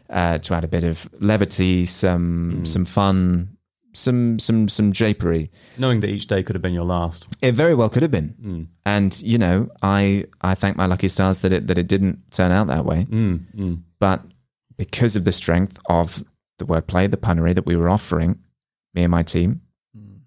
uh, to add a bit of levity, some
Mm.
some fun, some some some japery.
knowing that each day could have been your last.
It very well could have been,
Mm.
and you know, I I thank my lucky stars that it that it didn't turn out that way.
Mm,
Mm-hmm.
mm.
But because of the strength of the wordplay, the punnery that we were offering, me and my team,
Mm.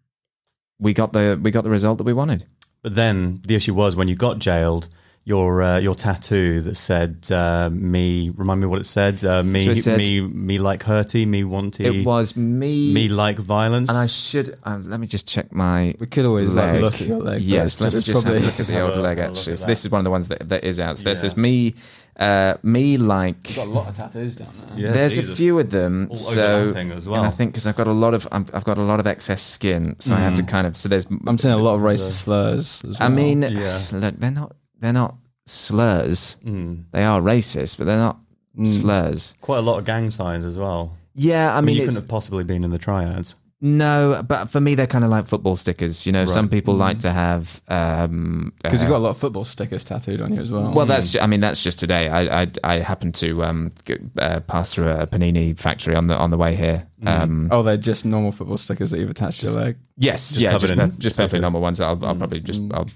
we got the we got the result that we wanted.
But then the issue was when you got jailed, your uh, your tattoo that said uh, "me" remind me what it said. Uh, me,
So it said-
me, me like hurty, me wanty,
It was me,
me like violence.
and I should um, let me just check my.
We could always like,
leg.
look at your leg. but
Yes,
it's
let's
just
just have a
probably-
look at the
have
old
a-
leg.
have a look
Actually,
at that.
this is one of the ones that, that is out. So There's
Yeah.
this me, uh, me like.
Got a lot of tattoos down there.
Yeah,
There's a
Jesus.
few of them.
All
so
overlapping as
and I
well.
think because I've got a lot of I'm, I've got a lot of excess skin, so I have to kind of. So there's.
Mm. I'm seeing a lot of racist slurs. As
I
well.
mean,
Yeah.
look, they're not they're not slurs. They are racist, but they're not
Mm.
slurs.
Mm-hmm. Quite a lot of gang signs as well.
Yeah, I
I mean,
mean,
you couldn't
it's,
have possibly been in the triads.
no, but for me, they're kind of like football stickers. You know, some people like to have um,
Mm. because
uh,
you've got a lot of football stickers tattooed on you as well.
Well, that's ju- I mean that's just today. I I, I happened to um, g- uh, pass through a panini factory on the on the way here. Um,
oh, they're just normal football stickers that you've attached to your leg.
yes,
Just
yeah,
covered in
just, per- just perfectly
stickers.
normal ones. I'll, I'll probably just I'll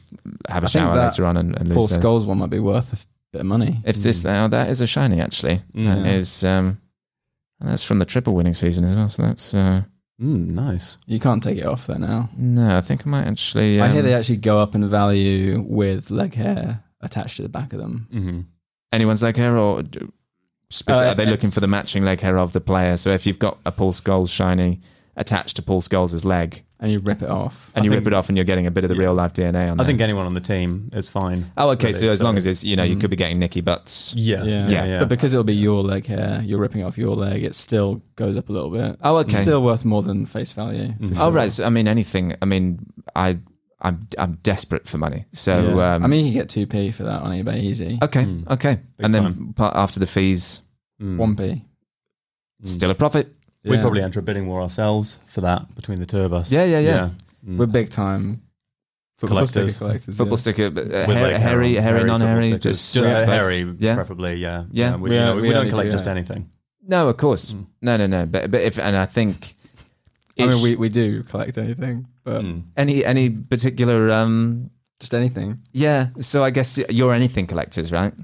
have a
Mm-hmm. think
shower
that
later on and, and lose
Paul
those.
Scholes one might be worth a f- bit of money.
If this
Mm.
now that is a shiny actually.
Mm-hmm.
That is um, and that's from the triple winning season as well. So that's uh,
Mm, nice.
You can't take it off there now.
no, I think I might actually. Um,
I hear they actually go up in value with leg hair attached to the back of them.
hmm
anyone's leg hair or. d- Specific,
Uh,
are they
it's-
looking for the matching leg hair of the player? So if you've got a Paul Scholes shiny attached to Paul Scholes' leg,
And you rip it off.
and
I
you
think-
rip it off and you're getting a bit of the real life DNA on
I
there.
think uh, anyone on the team is fine.
Oh, okay.
with
So
it,
as long as it's you know you
mm.
could be getting Nicky Butts.
yeah, yeah, yeah.
But because it'll be your leg hair, you're ripping off your leg, it still goes up a little bit.
Oh,
It's
okay.
still worth more than face value.
Mm.
for
oh,
sure.
right. So, I mean anything. I mean I I'm I'm desperate for money. So
Yeah.
um,
I mean, you can get 2p for that on eBay easy.
okay,
Mm.
okay.
Big
and then
time.
part after the fees,
1p.
still a profit.
Mm. we
Yeah.
probably enter a bidding war ourselves for that between the two of us.
Yeah, yeah, yeah.
Mm.
We're big time football sticker
Collectors.
collectors.
Football
yeah.
sticker, but, uh,
With
hair-
leg hair
hairy,
on,
hairy,
football
non-hairy.
stickers.
Just
Just
yeah, both.
hairy,
Yeah.
preferably. Yeah,
Yeah.
we,
We
you know,
only-
we
we
don't
only
collect
do
just
that.
anything.
No, of course.
Mm.
No, no, no. But but if and I think.
I mean,
each-
we, we do collect anything, but
Mm.
any any particular um
just anything.
Yeah, so I guess you're anything collectors, right?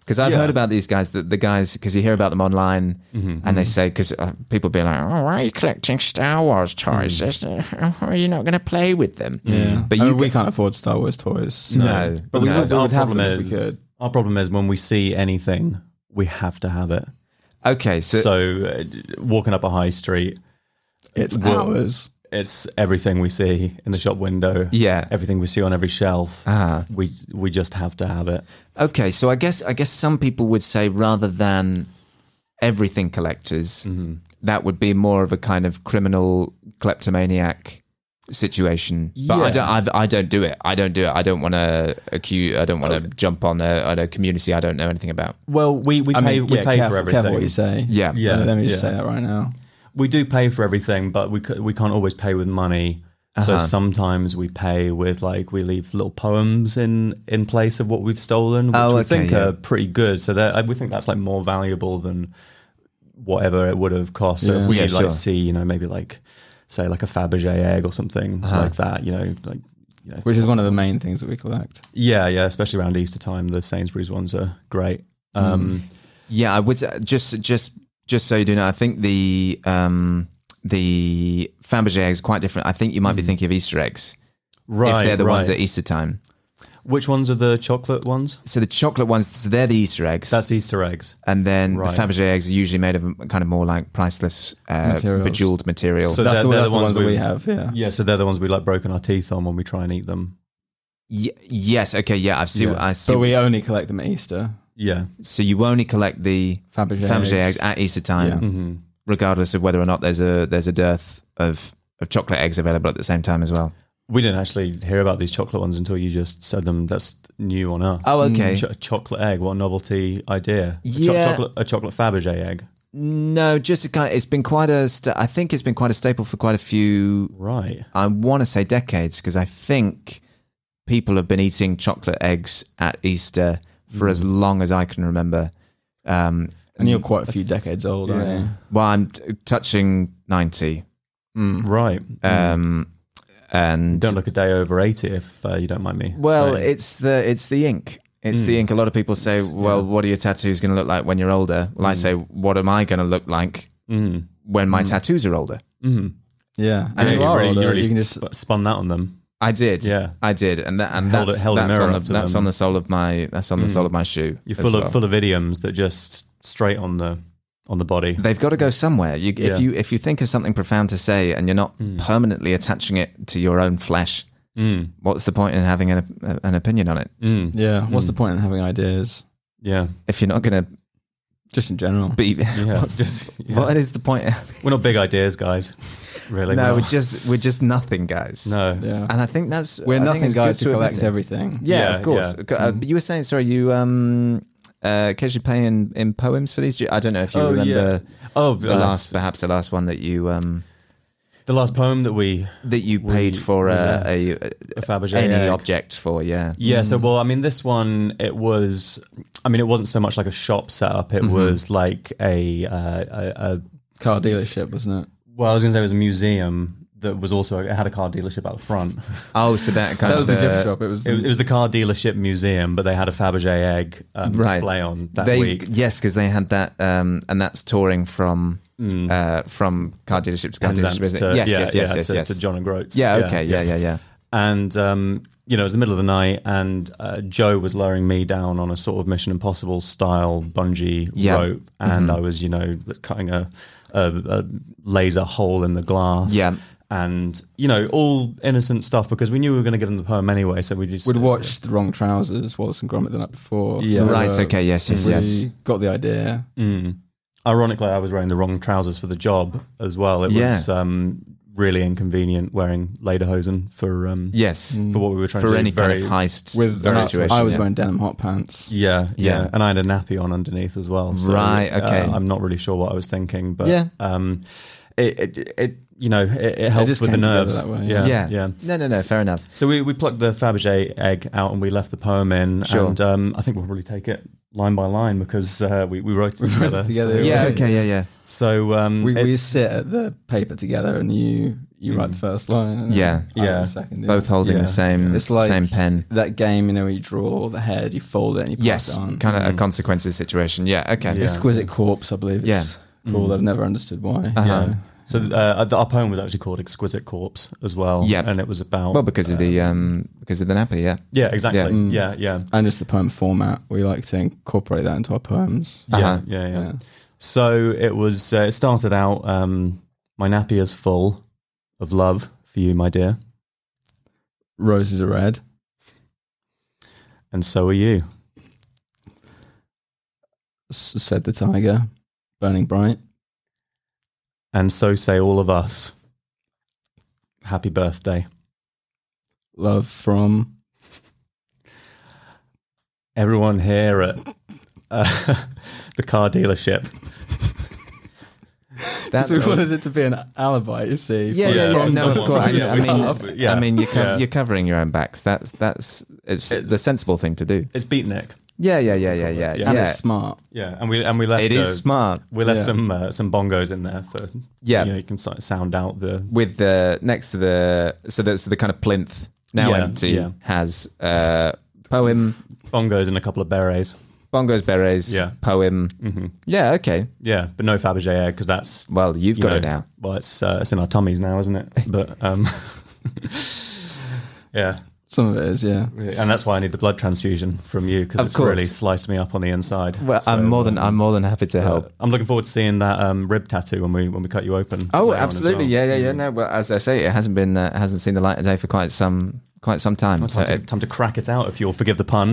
Because I've
Yeah.
heard about these guys, the, the guys, because you hear about them online, and they say, because uh, people be like, "Oh, why are you collecting Star Wars toys? Just, uh, Are you not going to play with them?"
Yeah.
But
But
you
we can't afford Star Wars toys. so-
No,
But we
no.
would, we
Our
would have
problem
them if we
is-
could.
Our problem is when we see anything, we have to have it.
Okay,
So,
so,
uh, d- walking up a high street,
It's
Well-
ours.
it's everything we see in the shop window.
Yeah.
everything we see on every shelf.
Ah.
We we just have to have it.
okay, so I guess I guess some people would say rather than everything collectors,
Mm-hmm.
that would be more of a kind of criminal kleptomaniac situation. But I
Yeah.
don't, I, I don't do it. I don't do it. I don't want to accuse. I don't want to
Oh.
jump on a, on a community I don't know anything about.
Well, we we
I
pay
mean,
we
yeah,
pay
careful,
for
Careful what you
everything.
say.
Yeah.
Yeah.
Let me- let me just
yeah.
say that right now.
We do pay for everything, but we c- we can't always pay with money. So
Uh-huh.
sometimes we pay with like we leave little poems in in place of what we've stolen, which
Oh,
we
okay,
think
yeah.
are pretty good. So that we think that's like more valuable than whatever it would have cost. So
Yeah.
if we
Yeah,
like
sure.
see, you know, maybe like say like a Fabergé egg or something
Uh-huh.
like that, you know, like you know,
Which is one of the main things that we collect.
yeah, yeah, especially around Easter time, the Sainsbury's ones are great.
Hmm.
Um,
Yeah, I would say- just just just so you do know. I think the um, the Fabergé eggs is quite different. I think you might be thinking of Easter eggs
Mm. Right,
if they're the
right.
ones at Easter time.
Which ones are the chocolate ones?
So the chocolate ones, so they're the Easter eggs,
That's Easter eggs.
and then
right.
the Fabergé eggs are usually made of kind of more like priceless uh,
Materials.
bejeweled material.
So
That's,
they're-
the,
they're
that's
the
the ones,
ones
that we
we-
have. Yeah.
Yeah, so they're the ones we like broken our teeth on when we try and eat them.
Y- yes, okay, yeah, I see.
Yeah.
what I see.
But we
what-
only collect them at Easter.
Yeah.
so you only collect the
Fabergé,
Fabergé eggs at Easter time,
Yeah.
hmm
regardless of whether or not there's a there's a dearth of of chocolate eggs available at the same time as well.
We didn't actually hear about these chocolate ones until you just said them. That's new on us.
Oh, okay.
Ch- a chocolate egg. What a novelty idea. A
Yeah.
chocolate, a chocolate Fabergé egg.
No, just a kind. it's been quite a. St- I think it's been quite a staple for quite a few.
Right.
I want to say decades because I think people have been eating chocolate eggs at Easter for as
Mm.
long as I can remember. Um,
And you're quite a few decades old, aren't you?
well, I'm t- touching ninety,
Mm.
Right.
um, and
Mm. don't look a day over 80 if uh, you don't mind me.
Well,
saying.
it's the it's the ink. It's
Mm.
the ink. A lot of people say, "Well, what are your tattoos going to look like when you're older?" Well, I
Mm.
say, "What am I going to look like when my tattoos are older?"
Yeah.
Yeah,
And you
Mm-hmm. you
are
really,
older.
you really
you can just
sp- spun that on them.
I did.
Yeah.
I did, and that, and
Held
that's,
it- held a
that's
mirror
on the
up to
that's
them. Mm.
on the sole of my that's on the sole of my shoe.
You're
as
full
well.
of full of idioms that just straight on the on the body.
They've got to go somewhere. You,
Yeah. Hmm.
If you if you think of something profound to say and you're not permanently attaching it to your own flesh, what's the point in having an, an opinion on it
Mm,
yeah. What's the point in having ideas?
yeah,
if you're not going to
Just in general.
be?
yeah.
what's the-
Just- yeah.
What is the point?
We're not big ideas, guys. Really?
no,
we're
we're
not.
just we're just nothing, guys.
no.
Yeah.
And I think that's I
We're
think
nothing
it's good
guys to
admit
collect
it.
everything.
Yeah,
Yeah,
of course.
yeah. Hmm.
Co- Uh, but you were saying, sorry, you um, uh, occasionally pay in, in poems for these. Do you- I don't know if you
Oh, yeah.
remember
Oh,
the last, perhaps the last one that you um
the last poem that we
that you
We-
paid for uh, a,
we- a Fabergé
any
egg.
object for. Yeah,
Yeah, so well, I mean, this one it was. I mean, it wasn't so much like a shop setup.
Mm-hmm.
It was like a, uh, a, a
Car dealership, wasn't it?
well, I was going to say it was a museum that was also it had a car dealership out the front.
Oh, so that kind
That
of
was a
uh,
gift shop. It was.
it, it was the car dealership museum, but they had a Fabergé egg um,
Right.
display on that
they
week.
yes, because they had that, um, and that's touring from uh, from car dealership to car dealership.
Penzance
isn't
Mm. to-
it? Yes,
yeah,
yes, yes,
yeah,
yes,
to,
yes.
to John and Groats.
yeah, okay, yeah, yeah, yeah.
and um, you know, it was the middle of the night, and uh, Joe was lowering me down on a sort of Mission Impossible style bungee
Yeah. Mm-hmm.
rope, and I was, you know, cutting a, a, a laser hole in the glass.
Yeah.
And you know all innocent stuff because we knew we were going to get in the poem anyway, so we just
We'd watched the wrong trousers, Wallace and Gromit, the night before.
Yeah.
we
Right,
were-
okay, yes, yes,
We
yes.
got the idea.
Mm. Ironically, I was wearing the wrong trousers for the job as well. It
Yeah.
was um, really inconvenient wearing lederhosen for um,
Yes,
for what we were trying
for
to do.
any
Very,
kind of heist
With
situation.
I was
yeah.
wearing denim hot pants.
Yeah, yeah,
Yeah.
and I had a nappy on underneath as well. So,
Right,
uh,
okay.
I'm not really sure what I was thinking, but
Yeah.
um, it, it it you know it, it helps
just
with the
came together
nerves.
that way,
yeah.
yeah.
yeah,
No, no, no. Fair enough.
So we, we plucked the Fabergé egg out and we left the poem in,
Sure.
and um, I think we'll probably take it line by line because uh, we we wrote it together.
it together,
So, uh,
Yeah.
Yeah. Okay. Yeah. Yeah.
so um,
We, we
it's- Mm.
sit at the paper together, and you you write the first line. and
Yeah.
I write
Yeah.
The second, yeah.
Both holding
Yeah.
the same
It's like-
same pen.
that game, you know, where you draw the head, you fold it, and you pass
Yes.
it on.
Kind of a consequences situation. Yeah. Okay.
Mm. Yeah.
Exquisite corpse, I believe. It's
Mm.
called. I've never understood why.
Uh-huh.
So uh, our poem was actually called "Exquisite Corpse" as well.
Yeah.
and it was about
Well, because of the um because of the nappy. Yeah.
yeah, exactly,
Yeah.
Mm.
yeah, yeah.
And just the poem format, we like to incorporate that into our poems.
Yeah,
Uh-huh.
yeah, yeah,
Yeah.
So it was. Uh, it started out. Um, my nappy is full of love for you, my dear,
Roses are red.
and so are you.
s- said the tiger, burning bright.
And so say all of us. Happy birthday,
Love from
everyone here at uh, the car dealership.
That
we
was-
wanted it to be an alibi, you see.
yeah,
for-
yeah, yeah,
from
no, of
someone.
course.
Yeah,
I
we
mean,
can't- yeah.
I mean, you're co-
Yeah.
you're covering your own backs. That's that's it's,
It's-
the sensible thing to do.
It's beatnik.
Yeah, yeah, yeah, yeah, yeah,
Yeah.
yeah.
And it's smart.
Yeah, and we and we left.
It
uh,
is smart.
We left
Yeah.
some uh, some bongos in there for
Yeah.
You, know, you can sort of sound out the
with the next to the so that's the kind of plinth now
Yeah,
empty
yeah.
has uh poem
bongos and a couple of berets.
bongos berets
Yeah.
poem yeah okay
Yeah, but no Fabergé egg because that's
well you've
you
got it
know,
now
Well, it's uh, it's in our tummies now, isn't it? But um, yeah,
Some of it is, yeah.
and that's why I need the blood transfusion from you because
Of
it's
course.
really sliced me up on the inside.
well
So,
i'm more than i'm more than happy to
uh,
help
I'm looking forward to seeing that um, rib tattoo when we when we cut you open.
oh
later on as
absolutely
well.
yeah yeah yeah no well Mm. as i say it hasn't been uh, hasn't seen the light of day for quite some quite some time so
Time to,
it-
time to crack it out, if you'll forgive the pun.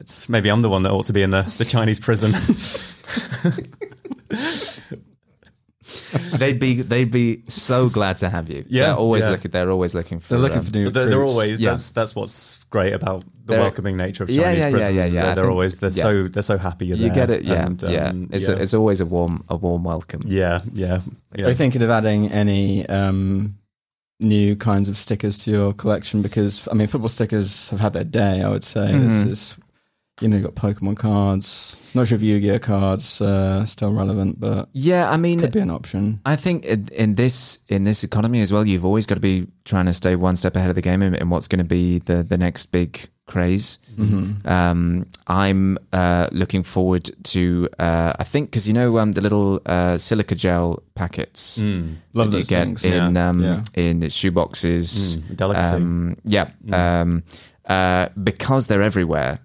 It's maybe I'm the one that ought to be in the, the Chinese prison.
they'd be they'd be so glad to have you.
Yeah,
they're always
yeah.
looking. They're always looking for.
They're looking
um,
for new.
They're, they're
recruits.
always
Yeah.
that's that's what's great about the
They're-
welcoming nature of Chinese
Yeah, yeah, yeah,
prisons.
yeah,
is that
yeah. I
They're
think-
always they're
yeah.
so they're so happy you're
You
there.
get it. Yeah,
And,
yeah.
um,
It's
yeah.
A, it's always a warm a warm welcome.
yeah, yeah, yeah.
Are you thinking of adding any um, new kinds of stickers to your collection? Because I mean, football stickers have had their day. I would say this
Mhm.
is, you know, you've got Pokemon cards. Not sure if Yu-Gi-Oh cards uh, still relevant, but
Yeah, I mean,
could be an option.
I think in, in this in this economy as well, you've always got to be trying to stay one step ahead of the game in, in what's going to be the the next big craze.
Mm-hmm.
Um, I'm uh, looking forward to uh, I think because you know um, the little uh, silica gel packets
Mm,
Love
that you
those
get
things.
in
Yeah.
um,
Yeah.
in shoeboxes.
mm, delicacy.
Um, yeah,
Mm.
um, uh, because they're everywhere.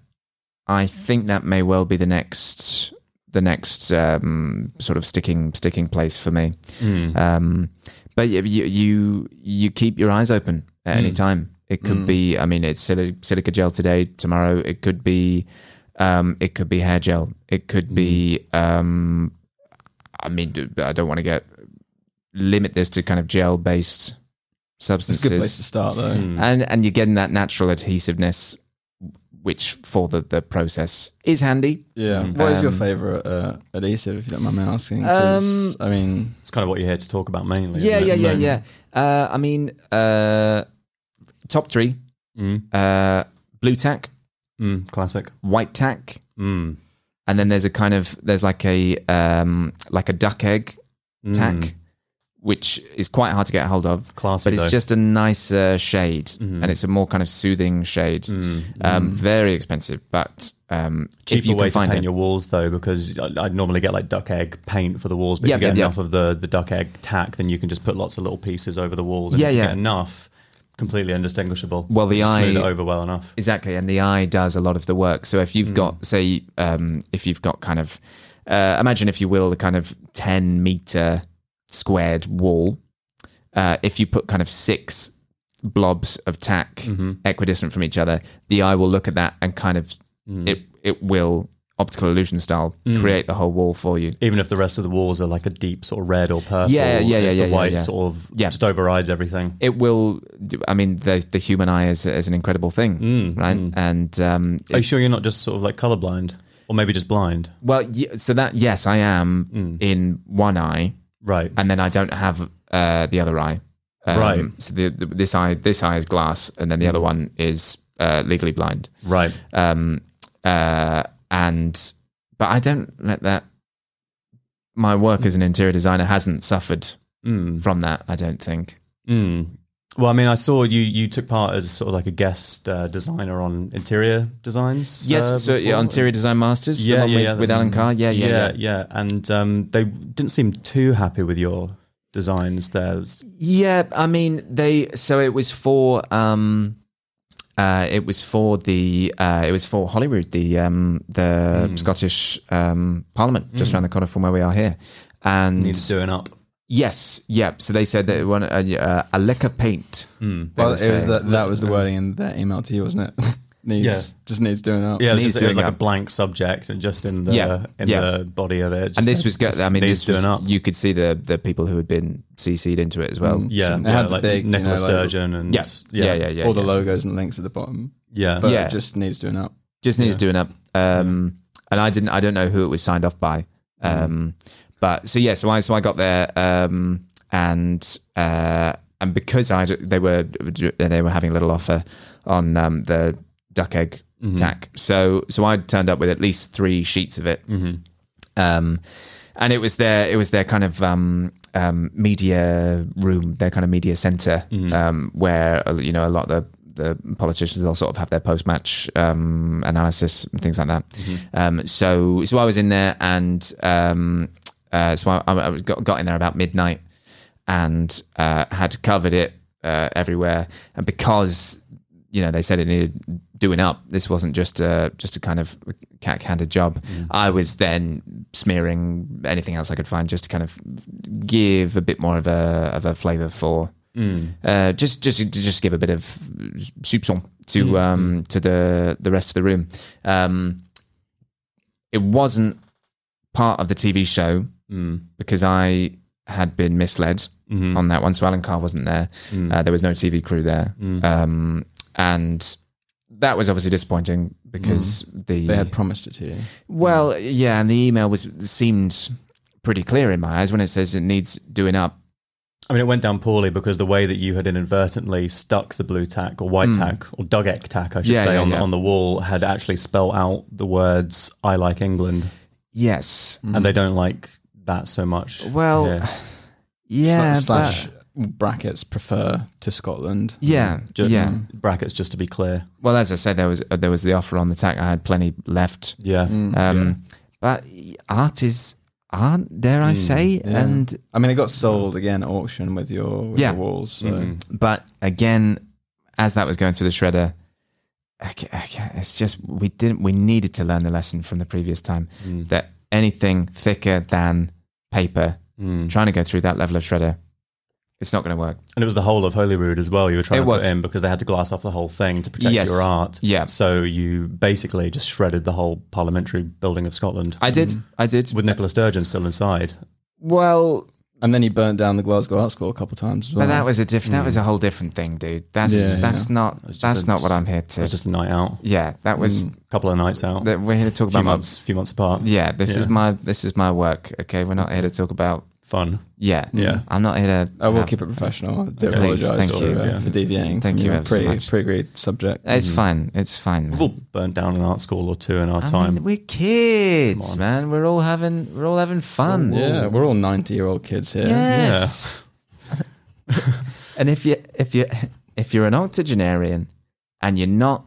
I think that may well be the next the next um, sort of sticking sticking place for me.
Mm.
Um, but you, you you you keep your eyes open at any
Mm.
time. It could
Mm.
be, I mean, it's sili- silica gel today, tomorrow. It could be, um, it could be hair gel. It could be,
Mm.
um, I mean, d- I don't want to get limit this to kind of gel based
It's a good place
substances,
to start, though.
Mm.
and and you're getting that natural adhesiveness, which for the the process is handy.
Yeah. What is your
Um,
favorite uh, adhesive, if you don't mind me asking?
Um,
'Cause, I mean,
It's kind of what you're here to talk about mainly.
Yeah, yeah,
isn't
yeah,
it?
yeah. Uh, I mean, uh, top three.
So- Mm,
uh, blue tack,
mm, classic.
white tack,
Mm,
and then there's a kind of there's like a um, like a duck egg
mm,
tack, which is quite hard to get hold of,
Classic.
but it's
though.
just a nicer shade,
Mhm.
and it's a more kind of soothing shade.
Mm.
Um, very expensive, but um,
cheaper
if you
way
can
to
find
paint
it,
your walls though because I- I'd normally get like duck egg paint for the walls but
Yeah,
if you get
yeah, yeah.
enough of the, the duck egg tack then you can just put lots of little pieces over the walls and
Yeah,
if you
yeah.
get enough completely indistinguishable
Well, the
Just smooth
eye-
it over well enough
Exactly, and the eye does a lot of the work. So if you've got, say, um, if you've got kind of, uh, imagine if you will, a kind of ten meter squared wall. Uh, if you put kind of six blobs of tack equidistant from each other, the eye will look at that and kind of it it will optical illusion style create the whole wall for you.
even if the rest of the walls are like a deep sort of red or purple
Yeah, yeah, yeah,
it's
yeah,
the
yeah,
white
yeah.
sort of
Yeah.
just overrides everything
It will. do- I mean, the the human eye is is an incredible thing, right? And um,
are you sure you're not just sort of like colorblind or maybe just blind
Well, y- so that yes, I am in one eye,
right
and then I don't have uh, the other eye. Um,
Right. Hmm.
So the, the, this eye, this eye is glass, and then the other one is uh, legally blind.
right
Um, uh, and but I don't let that. My work as an interior designer hasn't suffered
mm.
from that. I don't think.
Mm. Well, I mean, I saw you. You took part as sort of like a guest uh, designer on interior designs.
Yes.
uh,
so yeah,
before?
Interior Design Masters. the
Yeah,
one
yeah,
with,
yeah,
with
that's-
Alan Carr. Yeah, yeah, yeah.
yeah, And um, they didn't seem too happy with your designs. There, was,
Yeah, I mean they. So it was for um, uh, it was for the uh, it was for Holyrood, the um, the
Hmm.
Scottish um Parliament, just around the corner from where we are here, and
needs doing up.
yes, yeah. So they said that one uh, uh, a lick of paint.
Hmm.
they
well,
were
it was
saying.
that that was the wording in their email to you, wasn't it? needs
Yeah.
just needs doing up.
Yeah, it was,
Needs
just, it was
doing
like a
up.
blank subject, and just in the
Yeah,
in
yeah.
the body of it. it just
and this
said,
was good. I mean,
needs
this was,
doing up. Hmm.
you could see the the people who had been CC'd into it as well.
yeah,
It
yeah,
had the
like
big, you
Nicola
know, like-
Sturgeon and
yeah, yeah, yeah, yeah.
all the
yeah.
logos and links at the bottom,
yeah.
but
Yeah.
it just needs doing up.
just needs doing up. Um, and I didn't, I don't know who it was signed off by. Um, but so yeah, so I, so I got there, um, and, uh, and because I, they were, they were having a little offer on, um, the duck egg tack. So, so I turned up with at least three sheets of it. Um, and it was their, it was their kind of, um, um, media room, their kind of media center, um, where, uh, you know, a lot of the, the politicians they'll sort of have their post match um, analysis and things like that. Um, so so I was in there and um, uh, so I, I was- got, got in there about midnight and uh, had covered it uh, everywhere and because you know they said it needed doing up this wasn't just a just a kind of cat handed job i was then smearing anything else i could find just to kind of give a bit more of a of a flavor for
Hmm.
uh, just just to just give a bit of soupçon to
Mm,
um to the the rest of the room. Um,
Mm.
it wasn't part of the TV show because I had been misled
Mm-hmm.
on that one. So Alan Carr wasn't there.
Mm.
Uh, there was no TV crew there, um, and that was obviously disappointing because the
Mm. They had mm. promised it to you.
well, yeah, and the email was seemed pretty clear in my eyes when it says it needs doing up.
I mean, it went down poorly because the way that you had inadvertently stuck the blue tack or white tack or Doug Eck tack, I should
Hmm. Yeah,
say,
yeah,
on,
yeah.
on the wall had actually spelled out the words "I like England,"
Yes.
Mm.
and they don't like that so much.
Hmm. Well,
here.
Yeah.
Sla- slash
but-
brackets prefer to Scotland.
yeah.
Just-
yeah.
mm, brackets just to be clear.
Well, as I said, there was uh, there was the offer on the tack. I had plenty left.
Mm, Yeah,
Mm.
Um, But art is art, dare
Mm,
I say?
yeah.
And
I mean, it got sold again at auction with your with
Yeah.
your walls. So.
Hmm.
Mm-hmm.
but again, as that was going through the shredder, okay, okay, it's just we didn't we needed to learn the lesson from the previous time
hmm,
that anything thicker than paper, trying to go through that level of shredder, it's not going to work.
hmm. and it was the whole of Holyrood as well. You were trying
It
to
was.
put in because they had to glass off the whole thing to protect
Yes.
your art.
Yeah.
so you basically just shredded the whole parliamentary building of Scotland
I did, I did.
with Nicola Sturgeon still inside.
Well,
And then he burnt down the Glasgow Art School a couple of times. As well.
but that was a diff- that was
mm.
a whole different thing, dude. That's
Yeah,
that's
yeah.
not
was just
that's
a-
not what I'm here
It was
to.
just a night out,
Yeah, that was
a couple of nights out,
that we're here to talk
few
about my,
months, few months apart.
Yeah, this is
Yeah.
my this is my work. Okay, we're not here to talk about.
fun.
Yeah,
Yeah.
I'm not here to.
I will
have-
keep it professional. I do
Please,
apologise
thank
for,
you.
uh,
Yeah.
for deviating.
Thank
from
you
your
ever so
pre,
much.
pre-agreed subject.
It's fine. It's fine.
Mm. We've all burned down an art school or two in our
I
time.
mean, we're kids,
Come on.
man. We're all having we're all having fun.
Yeah, we're all ninety-year-old kids here.
Yes. and if you if you if you're an octogenarian and you're not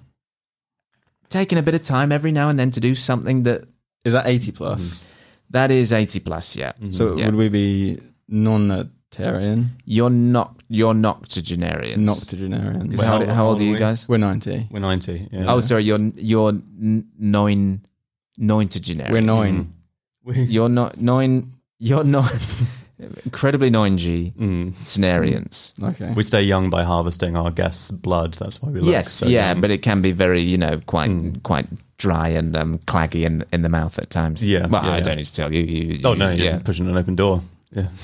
taking a bit of time every now and then to do something that
Is that eighty
Mm.
plus?
that is 80 plus, yeah.
Mm-hmm. Mm.
So
Yeah.
would we be non-notarian,
You're not you're noctogenarians.
noctogenarian?
'Cause
Wait,
how,
how-
how
how old
old are
are
you
we?
guys?
We're ninety.
We're 90. Yeah.
Oh, sorry, you're you're n- nine nointogenarian.
We're nine.
Mm-hmm.
You're not nine. You're not incredibly nine G cenarians.
Okay.
Mm. we stay young by harvesting our guests' blood. That's why we look
Yes,
so
yeah,
young. Hmm.
but it can be very, you know, quite quite dry and um, claggy in in the mouth at times.
Yeah,
well,
yeah,
I
yeah.
don't need to tell you. you
Oh, no,
you-
you're
yeah.
pushing an open door. Yeah.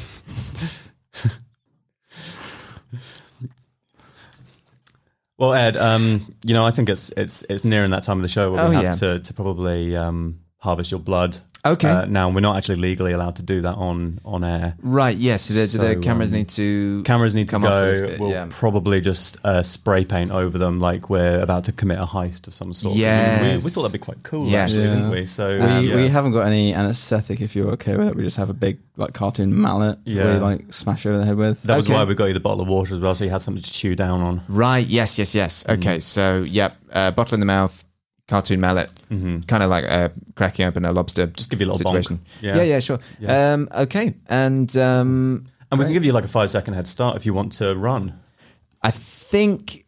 well, Ed, um, you know, I think it's it's it's nearing that time of the show where
Oh,
we have
yeah.
to, to probably um, harvest your blood.
Okay.
Uh, now, we're not actually legally allowed to do that on, on air.
Right. Yes. the, the
So,
cameras
um,
need to.
cameras need
come
to
off a
go.
little bit,
we'll
yeah.
probably just uh, spray paint over them, like we're about to commit a heist of some sort. We- we,
Yes.
we thought that'd be quite cool,
Yes.
actually,
Yeah.
wouldn't we? So
We,
um, yeah.
we haven't got any anesthetic. If you're okay with it, we just have a big like cartoon mallet. that
Yeah.
We like smash over the head with.
that was
okay.
why we got you the bottle of water as well, so you had something to chew down on.
Right. Yes. Yes. Yes.
Mm.
Okay. So, yep. Uh, bottle in the mouth, cartoon mallet, kind of like uh, cracking open a lobster.
Just give you a Mm-hmm. little
situation.
bonk.
Yeah.
Yeah.
Yeah. sure. Um, okay. And um,
And we can give you like a five second head start if you want to run.
I think,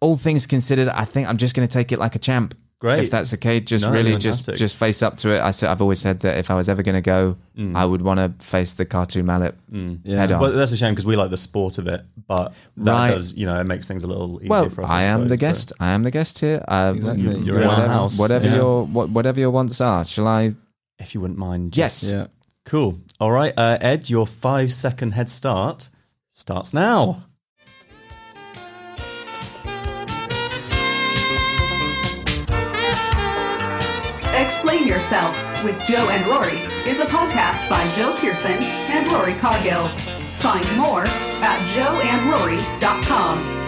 all things considered, I think I'm just going to take it like a champ.
Great.
If that's okay, just
No, that's
really just
fantastic.
just face up to it. I said I've always said that if I was ever going to go,
Mm.
I would want to face the cartoon mallet head on.
Well, that's a shame because we like the sport of it, but that
Right.
does, you know, it makes things a little easier
Well,
for us.
I am
suppose,
the
but-
guest. I am the guest here. Uh,
Exactly.
you-
You're
in our
whatever,
house.
Whatever
Yeah.
your what, whatever your wants are, shall I?
If you wouldn't mind.
Yes.
Yeah.
Cool. All right, uh, Ed, your five second head start starts now.
Explain Yourself with Joe and Rory is a podcast by Joe Pearson and Rory Cargill. Find more at joeandrory.com.